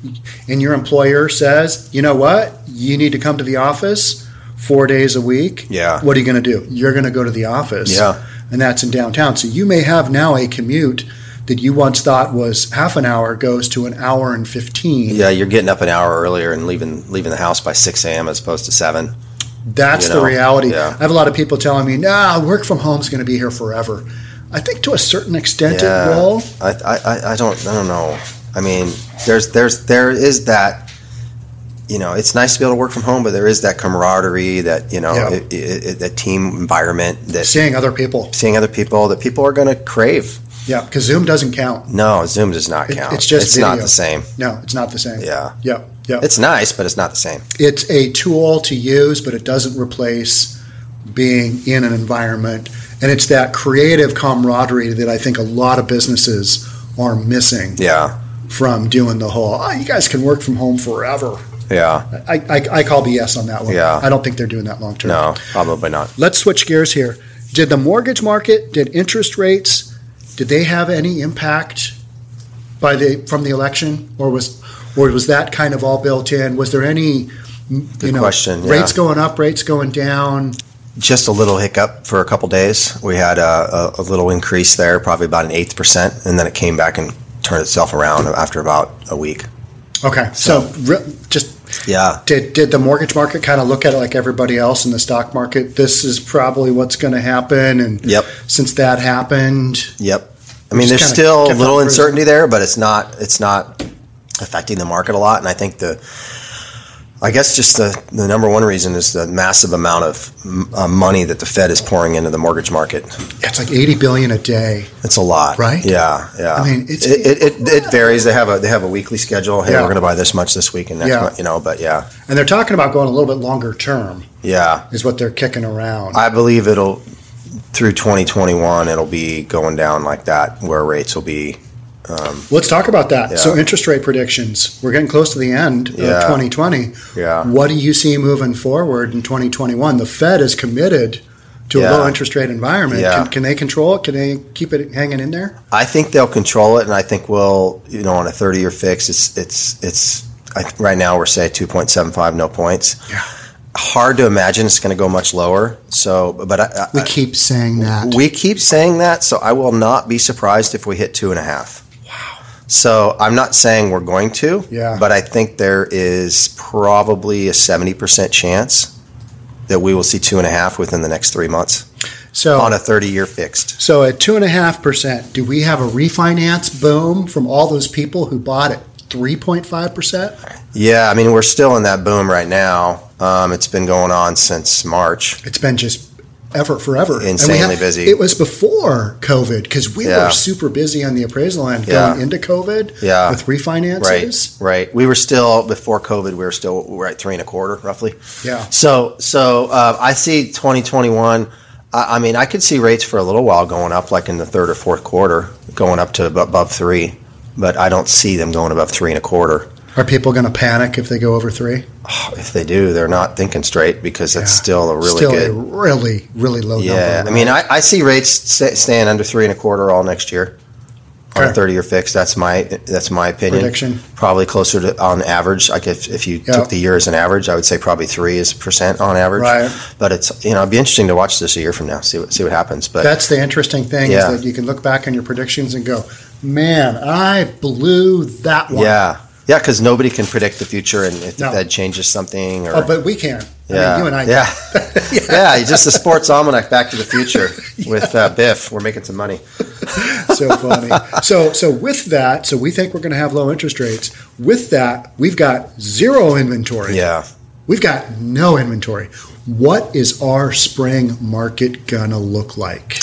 S2: and your employer says, you know what, you need to come to the office four days a week.
S3: Yeah.
S2: What are you going to do? You're going to go to the office.
S3: Yeah.
S2: And that's in downtown. So you may have now a commute that you once thought was half an hour goes to an hour and fifteen.
S3: Yeah, you're getting up an hour earlier and leaving leaving the house by six a.m. as opposed to seven.
S2: That's
S3: you
S2: the
S3: know?
S2: reality.
S3: Yeah.
S2: I have a lot of people telling me, nah, work from home's going to be here forever. I think to a certain extent it will.
S3: I, I, I- I don't I don't know. I mean, there's there's there is that. You know, it's nice to be able to work from home, but there is that camaraderie, that you know,
S2: Yeah.
S3: it, it, it, that team environment, that
S2: Seeing other people.
S3: seeing other people that people are going to crave.
S2: Yeah, because Zoom doesn't count.
S3: No, Zoom does not
S2: It-
S3: count.
S2: it's just
S3: it's not
S2: video.
S3: the same.
S2: No, it's not the same.
S3: Yeah,
S2: yeah, yeah. It's,
S3: it's nice, but it's not the same.
S2: a tool to use, but it doesn't replace being in an environment. And it's that creative camaraderie that I think a lot of businesses are missing
S3: Yeah,
S2: from doing the whole. Oh, you guys can work from home forever.
S3: yeah.
S2: I, I, I call BS on that one.
S3: Yeah.
S2: I don't think they're doing that long term.
S3: No, probably not.
S2: Let's switch gears here. Did the mortgage market, did interest rates, did they have any impact by the from the election, or was or was that kind of all built in? Was there any you
S3: Good
S2: know
S3: question, yeah.
S2: rates going up, rates going down?
S3: just a little hiccup for a couple days. We had a, a, a little increase there, probably about an eighth percent, and then it came back and turned itself around after about a week.
S2: Okay, so, re- just
S3: Yeah,
S2: did did the mortgage market kind of look at it like everybody else in the stock market? This is probably what's going to happen, and
S3: Yep.
S2: since that happened,
S3: yep. I mean,
S2: Just
S3: there's
S2: kinda
S3: still a
S2: kept
S3: little
S2: on cruising.
S3: uncertainty there, but it's not it's not affecting the market a lot. And I think the I guess just the, the number one reason is the massive amount of m- uh, money that the Fed is pouring into the mortgage market.
S2: it's like eighty billion a day.
S3: It's a lot,
S2: Right?
S3: Yeah, yeah.
S2: I mean, it's-
S3: it, it, it, it varies. They have a they have a weekly schedule. Hey,
S2: Yeah.
S3: we're going to buy this much this week and next
S2: Yeah.
S3: month, you know. But yeah,
S2: And they're talking about going a little bit longer term,
S3: yeah.
S2: is what they're kicking around.
S3: I believe it'll through 2021 it'll be going down like that where rates will be
S2: Let's talk about that. So,
S3: Yeah.
S2: interest rate predictions. We're getting close to the end of
S3: Yeah.
S2: 2020.
S3: yeah
S2: What do you see moving forward in 2021? The Fed is committed to a
S3: Yeah.
S2: low interest rate environment.
S3: Yeah.
S2: Can, can they control it? Can they keep it hanging in there?
S3: I think they'll control it and I think we'll you know on a 30 year fix it's it's it's I, th- right now we're say 2.75 no points
S2: Yeah.
S3: hard to imagine it's going to go much lower. So, but I,
S2: We
S3: I,
S2: keep saying that.
S3: we keep saying that, so I will not be surprised if we hit two and a half. So I'm not saying we're going to,
S2: Yeah.
S3: but I think there is probably a 70% chance that we will see two and a half within the next three months
S2: so
S3: on a 30 year fixed.
S2: So at two and a half percent, do we have a refinance boom from all those people who bought at three point five percent?
S3: Yeah, I mean, we're still in that boom right now. Um, it's been going on since March.
S2: It's been just ever forever And we
S3: Insanely busy.
S2: It was before COVID because we
S3: Yeah.
S2: were super busy on the appraisal end
S3: Yeah.
S2: going into COVID
S3: Yeah.
S2: with refinances.
S3: Right. We were still, before COVID, we were still, we were at three and a quarter roughly.
S2: Yeah,
S3: So, so uh, I see 2021. I, I mean, I could see rates for a little while going up, like in the third or fourth quarter, going up to ab- above three. But I don't see them going above three and a quarter.
S2: are people going to panic if they go over three?
S3: If they do, they're not thinking straight because it's
S2: Yeah.
S3: still a really
S2: Still
S3: good.
S2: a really really low
S3: yeah,
S2: number.
S3: I mean, I, I see rates sta staying under three and a quarter all next year on a
S2: Okay.
S3: thirty-year fix. That's my that's my opinion.
S2: Prediction.
S3: Probably closer to on average. Like if, if you
S2: Yeah.
S3: took the year as an average, I would say probably three is percent on average.
S2: Right.
S3: But it's you know it'd be interesting to watch this a year from now. See what see what happens. But
S2: That's the interesting thing
S3: Yeah.
S2: is that you can look back on your predictions and go, man, I blew that one.
S3: yeah, yeah, because nobody can predict the future, and if
S2: No.
S3: the Fed changes something or
S2: Oh, but we can. I
S3: yeah,
S2: mean, you and I.
S3: yeah. yeah, yeah, just the sports almanac Back to the Future with uh, Biff. We're making some money.
S2: so funny. So, so with that, so we think we're going to have low interest rates. With that, we've got zero inventory.
S3: Yeah.
S2: We've got no inventory. What is our spring market going to look like?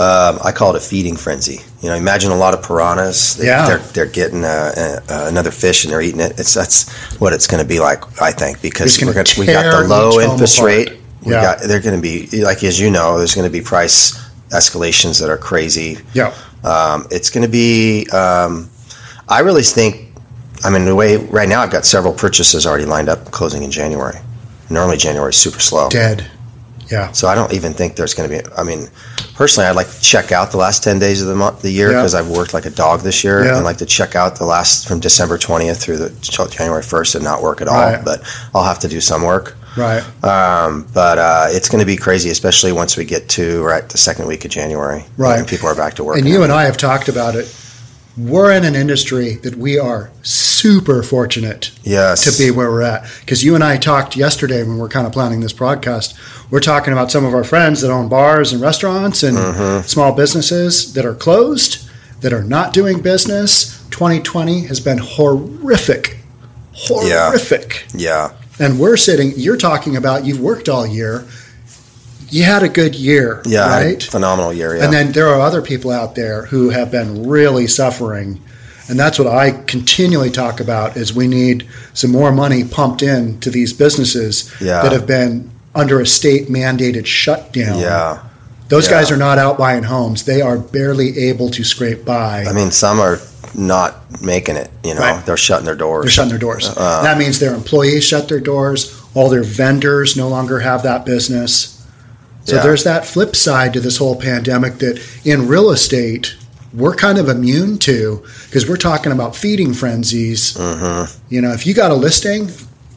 S3: um, I call it a feeding frenzy. You know, imagine a lot of piranhas. They,
S2: Yeah.
S3: they're they're getting uh, uh, another fish and they're eating it. It's that's what it's going to be like. I think
S2: It's
S3: because
S2: gonna
S3: we're gonna, we got
S2: tear
S3: the low
S2: each home
S3: interest
S2: apart.
S3: rate. We
S2: Yeah.
S3: got they're going to be like as you know, there's going to be price escalations that are crazy.
S2: Yeah.
S3: Um, it's going to be. Um, I really think. I mean, the way right now, I've got several purchases already lined up closing in January. Normally, January is super slow.
S2: Dead.
S3: So I don't even think there's going to be. I mean, personally, I'd like to check out the last ten days of the month, the year,
S2: Yeah.
S3: because I've worked like a dog this year,
S2: Yeah.
S3: and like to check out the last from December twentieth through the till January first and not work at all.
S2: Right.
S3: But I'll have to do some work.
S2: Right.
S3: Um, but uh, it's going to be crazy, especially once we get to right the second week of January,
S2: Right.
S3: And people are back to work.
S2: And you and I have talked about it. We're in an industry that we are super fortunate
S3: yes,
S2: to be where we're at. Because you and I talked yesterday when we are kind of planning this broadcast. We're talking about some of our friends that own bars and restaurants and
S3: Mm-hmm.
S2: small businesses that are closed, that are not doing business. 2020 has been horrific.
S3: Yeah.
S2: Horrific.
S3: yeah,
S2: And we're sitting, you're talking about you've worked all year. You had a good year,
S3: yeah, I had a
S2: right?
S3: phenomenal year. Yeah.
S2: And then there are other people out there who have been really suffering. And that's what I continually talk about is we need some more money pumped in to these businesses
S3: Yeah.
S2: that have been under a state mandated shutdown.
S3: yeah,
S2: Those
S3: yeah.
S2: guys are not out buying homes. They are barely able to scrape by.
S3: I mean, some are not making it. You know,
S2: Right.
S3: they're shutting their doors.
S2: They're shutting their doors.
S3: Uh,
S2: that means their employees shut their doors. All their vendors no longer have that business. So
S3: Yeah.
S2: there's that flip side to this whole pandemic that in real estate, we're kind of immune to because we're talking about feeding frenzies.
S3: Mm-hmm.
S2: You know, if you got a listing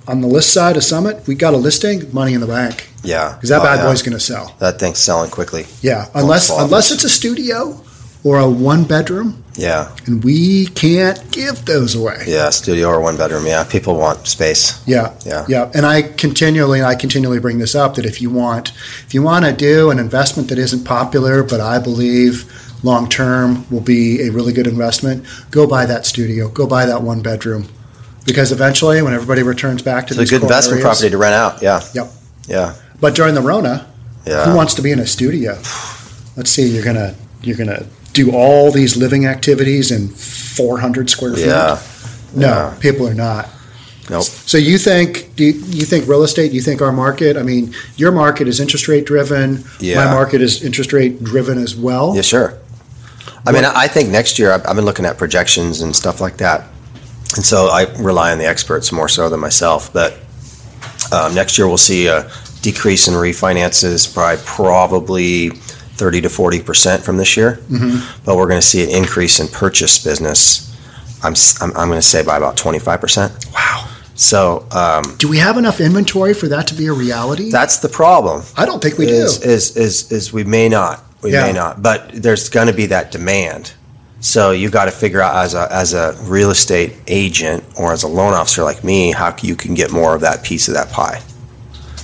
S2: on the list side of Summit, we got a listing, money in the bank
S3: yeah,
S2: because that
S3: Oh,
S2: bad
S3: yeah.
S2: boy's going to sell.
S3: That thing's selling quickly.
S2: Yeah, unless
S3: fall off.
S2: unless it's a studio or a one bedroom,
S3: Yeah.
S2: and we can't give those away.
S3: Yeah, studio or one bedroom. Yeah, people want space.
S2: Yeah,
S3: Yeah.
S2: yeah. And I continually, I continually bring this up that if you want, if you want to do an investment that isn't popular, but I believe long term will be a really good investment, go buy that studio, go buy that one bedroom, because eventually, when everybody returns back to
S3: It's a
S2: these
S3: good
S2: core
S3: investment
S2: areas-
S3: property to rent out. Yeah,
S2: Yep.
S3: yeah,
S2: But during the Rona,
S3: yeah.
S2: who wants to be in a studio? Let's see, you're gonna you're gonna do all these living activities in 400 square feet.
S3: Yeah,
S2: No,
S3: Yeah.
S2: people are not.
S3: Nope.
S2: So you think do you, you think real estate? You think our market? I mean, your market is interest rate driven.
S3: Yeah.
S2: My market is interest rate driven as well.
S3: yeah, sure. I mean, I I think next year I've, I've been looking at projections and stuff like that, and so I rely on the experts more so than myself. But um, next year we'll see a decrease in refinances, probably probably thirty to forty percent from this year. But we're going to see an increase in purchase business. I'm s- I'm, I'm going to say by about twenty five percent.
S2: Wow.
S3: So um,
S2: Do we have enough inventory for that to be a reality?
S3: that's the problem.
S2: I don't think we
S3: is,
S2: do.
S3: Is, is is we may not. We
S2: Yeah.
S3: may not. But there's going to be that demand. So you got to figure out as a as a real estate agent or as a loan officer like me how c- you can get more of that piece of that pie.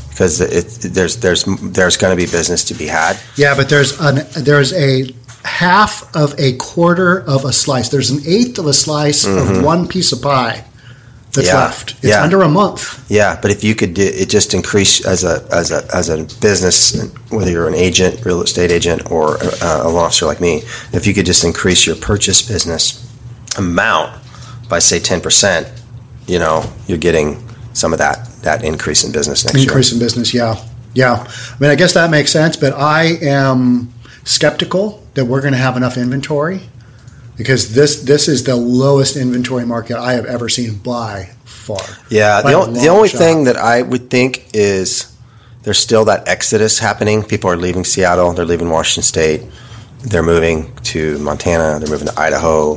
S3: Because it, it- there's there's there's going to be business to be had.
S2: Yeah, but there's an there's a half of a quarter of a slice. There's an eighth of a slice of one piece of pie that's
S3: Mm-hmm. Yeah.
S2: left. It's
S3: Yeah.
S2: under a month.
S3: Yeah, but if you could do it, just increase as a as a as a business, whether you're an agent, real estate agent, or a, a loan officer like me, if you could just increase your purchase business amount by say ten percent, you know, you're getting some of that that increase in business next
S2: Increase in business, yeah. Yeah. I mean, I guess that makes sense, but I am skeptical that we're going to have enough inventory because this this is the lowest inventory market I have ever seen by far.
S3: year. Yeah,
S2: By
S3: the,
S2: a
S3: on, the
S2: long
S3: only
S2: shot.
S3: thing that I would think is there's still that exodus happening. People are leaving Seattle, they're leaving Washington State, they're moving to Montana, they're moving to Idaho,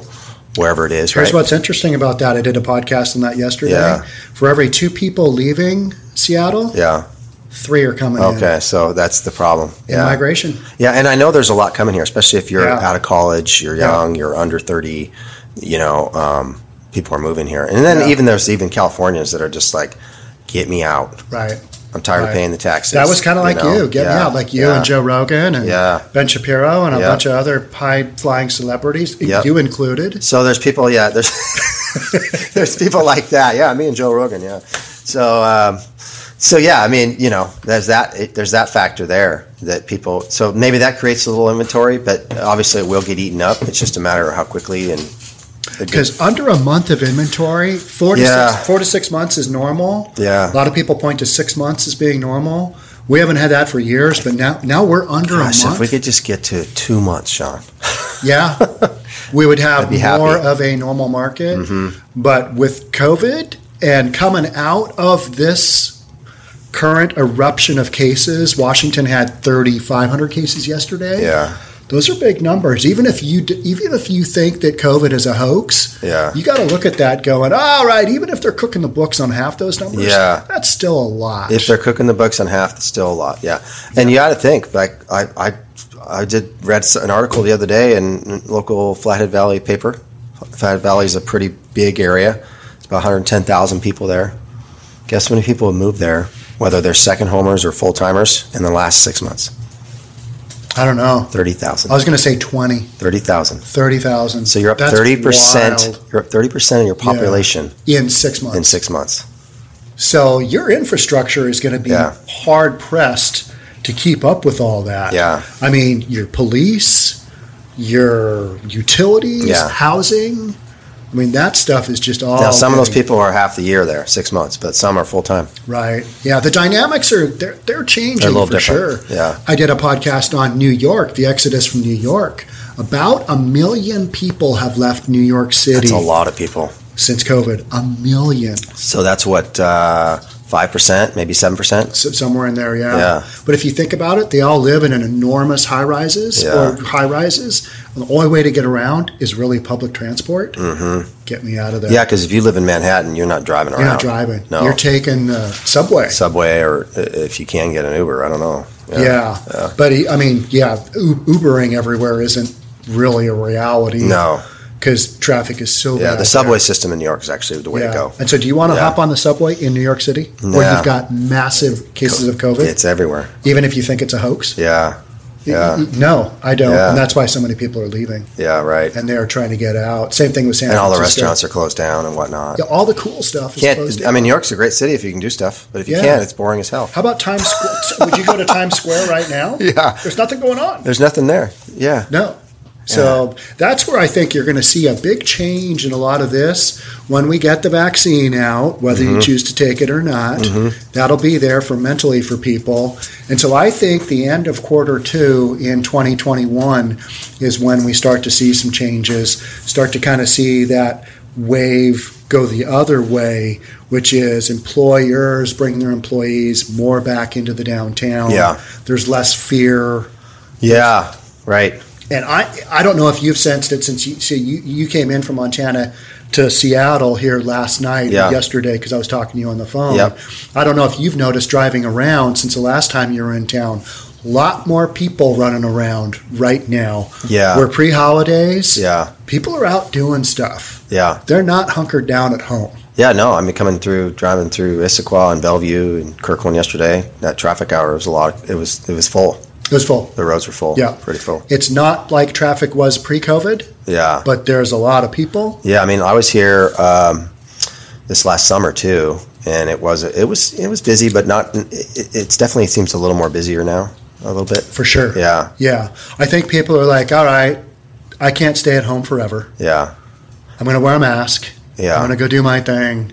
S3: wherever it is.
S2: Here's
S3: right?
S2: what's interesting about that. I did a podcast on that yesterday.
S3: Yeah.
S2: For every two people leaving Seattle,
S3: yeah.
S2: three are coming in.
S3: Okay, so that's the problem.
S2: in
S3: Yeah,
S2: migration.
S3: yeah, and I know there's a lot coming here, especially if you're
S2: Yeah.
S3: out of college, you're
S2: Yeah.
S3: young, you're under thirty. You know, um, people are moving here, and then
S2: Yeah.
S3: even there's even Californians that are just like, "Get me out!
S2: Right.
S3: I'm tired
S2: Right.
S3: of paying the taxes."
S2: That was kind of like you,
S3: know?
S2: get me
S3: Yeah,
S2: out, like you
S3: yeah,
S2: and Joe Rogan and
S3: Yeah.
S2: Ben Shapiro and a
S3: Yeah.
S2: bunch of other high flying celebrities,
S3: Yep.
S2: you included.
S3: So there's people, yeah, there's there's people like that. Yeah, me and Joe Rogan, yeah. So um, so yeah, I mean, you know, there's that it, there's that factor there that people. So maybe that creates a little inventory, but obviously it will get eaten up. It's just a matter of how quickly and
S2: Because under a month of inventory, four to,
S3: Yeah.
S2: six, four to six months is normal.
S3: Yeah.
S2: A lot of people point to six months as being normal. We haven't had that for years, but now now we're under
S3: Gosh,
S2: a
S3: if we
S2: month.
S3: could just get to two months, Sean.
S2: yeah, we would have
S3: I'd be happy. Mm-hmm.
S2: more of a normal market. But with COVID and coming out of this current eruption of cases, Washington had 3,500 cases yesterday.
S3: Yeah,
S2: Those are big numbers. Even if you d- even if you think that COVID is a hoax,
S3: Yeah.
S2: you got to look at that going. All right, even if they're cooking the books on half those numbers,
S3: Yeah.
S2: that's still a lot.
S3: if they're cooking the books on half, that's still a lot. Yeah, and you got to think. Like I, I, I did read an article the other day in local Flathead Valley paper. Flathead Valley is a pretty big area. It's about 110,000 people there. Guess how many people have moved there, whether they're second homers or full timers, in the last six months?
S2: I don't know.
S3: Thirty
S2: I
S3: thousand.
S2: was going to say 20,
S3: Thirty thousand.
S2: 30,000.
S3: So you're up
S2: Uh, That's
S3: thirty percent.
S2: wild
S3: You're up thirty percent of your population
S2: in six months.
S3: in six months.
S2: So your infrastructure is going to be
S3: Yeah.
S2: hard pressed to keep up with all that.
S3: Yeah.
S2: I mean, your police, your utilities,
S3: Yeah.
S2: housing. I mean, that stuff is just all.
S3: Now, some of those
S2: getting-
S3: people are half the year there, six months, but some are full time.
S2: Right. Yeah. The dynamics are they're they're changing
S3: They're a little
S2: for
S3: different.
S2: sure.
S3: Yeah.
S2: I did a podcast on New York, the exodus from New York. About a million people have left New York City
S3: That's a lot of people.
S2: since COVID. A million,
S3: So that's what uh, five percent, maybe seven percent.
S2: so somewhere in there. Yeah.
S3: Yeah.
S2: But if you think about it, they all live in an enormous high rises
S3: Yeah.
S2: or high rises. The only way to get around is really public transport. Mm-hmm. Get me out of there.
S3: Yeah, because if you live in Manhattan, you're not driving
S2: You're
S3: around.
S2: not driving.
S3: No,
S2: You're taking the subway.
S3: subway or uh, if you can get an Uber, I don't know.
S2: Yeah. But he, I mean, yeah, U- Ubering everywhere isn't really a reality.
S3: No.
S2: Because traffic is so
S3: Yeah,
S2: bad.
S3: the subway
S2: there.
S3: system in New York is actually the way
S2: yeah.
S3: to go.
S2: And so, do you want to
S3: Yeah.
S2: hop on the subway in New York City where
S3: Yeah.
S2: you've got massive cases of COVID,
S3: It's everywhere.
S2: even if you think it's a hoax?
S3: Yeah. Yeah.
S2: Y- y- No, I don't.
S3: Yeah.
S2: And that's why so many people are leaving
S3: Yeah. Right.
S2: and they're trying to get out. Same thing with San
S3: And all the
S2: Francisco.
S3: restaurants are closed down and whatnot.
S2: Yeah, all the cool stuff is uh, closed
S3: Can't. I
S2: down.
S3: mean, New York's a great city if you can do stuff, but if you
S2: Yeah.
S3: can't, it's boring as hell.
S2: how about Times Square? Would you go to Times Square right now?
S3: Yeah.
S2: There's nothing going on.
S3: There's nothing there. Yeah.
S2: No. So that's where I think you're going to see a big change in a lot of this when we get the vaccine out, whether you choose to take it or not. That'll be there for mentally for people. And so I think the end of quarter two in 2021 is when we start to see some changes, start to kind of see that wave go the other way, which is employers bring their employees more back into the downtown.
S3: Yeah.
S2: There's less fear.
S3: Yeah. Right.
S2: And I, I don't know if you've sensed it since you, so you, you came in from Montana to Seattle here last night,
S3: Yeah.
S2: yesterday, because I was talking to you on the phone.
S3: Yep.
S2: I don't know if you've noticed driving around since the last time you were in town. Lot more people running around right now.
S3: Yeah.
S2: We're pre-holidays.
S3: Ah. Yeah.
S2: People are out doing stuff.
S3: Yeah.
S2: They're not hunkered down at home.
S3: Yeah, no, I mean, coming through, driving through Issaquah and Bellevue and Kirkland yesterday, that traffic hour was a lot. It was, it was full.
S2: It was full.
S3: The roads were full.
S2: Yeah.
S3: Pretty full.
S2: It's not like traffic was pre-COVID,
S3: Yeah.
S2: but there's a lot of people.
S3: Yeah, I mean, I was here um, this last summer too, and it was it was it was busy, but not. It, it's definitely seems a little more busier now, a little bit.
S2: For sure.
S3: Yeah,
S2: Yeah. I think people are like, all right, I can't stay at home forever.
S3: yeah,
S2: I'm going to wear a mask.
S3: yeah,
S2: I'm going to go do my thing.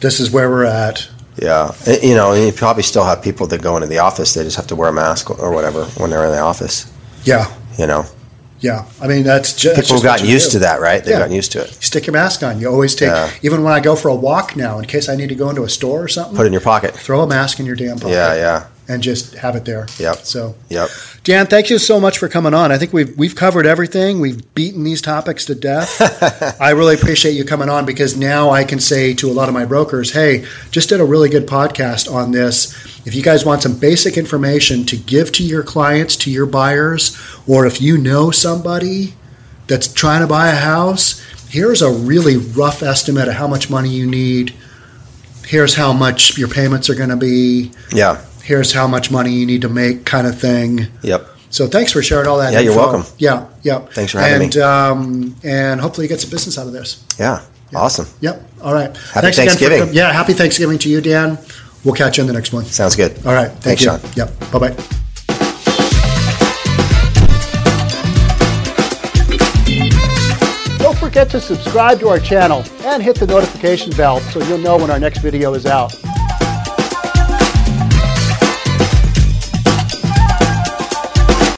S2: This is where we're at.
S3: yeah. It- you know, and you probably still have people that go into the office. They just have to wear a mask or whatever when they're in the office.
S2: Yeah.
S3: You know,
S2: Yeah. I mean, that's just.
S3: people have gotten used to that, right? They've
S2: Yeah.
S3: gotten used to it.
S2: You stick your mask on. You always take,
S3: Yeah.
S2: even when I go for a walk now, in case I need to go into a store or something,
S3: Put it in your pocket.
S2: throw a mask in your damn pocket
S3: Yeah, yeah,
S2: and just have it there.
S3: Yep.
S2: So,
S3: yep.
S2: Jan, thank you so much for coming on. I think we've we've covered everything. We've beaten these topics to death. I really appreciate you coming on because now I can say to a lot of my brokers, "Hey, just did a really good podcast on this. If you guys want some basic information to give to your clients, to your buyers, or if you know somebody that's trying to buy a house, here's a really rough estimate of how much money you need. Here's how much your payments are going to be.
S3: Yeah,
S2: Here's how much money you need to make, kind of thing."
S3: yep.
S2: So thanks for sharing all that.
S3: Yeah, you're
S2: info.
S3: welcome.
S2: Yeah, yeah.
S3: Thanks for having
S2: and,
S3: me.
S2: Um, and hopefully you get some business out of this.
S3: Yeah, awesome.
S2: Yep. All right.
S3: Happy
S2: again for
S3: Thanksgiving.
S2: com- yeah, happy Thanksgiving to you, Dan. We'll catch you on the next one.
S3: Sounds good.
S2: All right. Thank
S3: Thanks,
S2: you.
S3: Sean.
S2: Yep. Bye bye. Don't forget to subscribe to our channel and hit the notification bell so you'll know when our next video is out.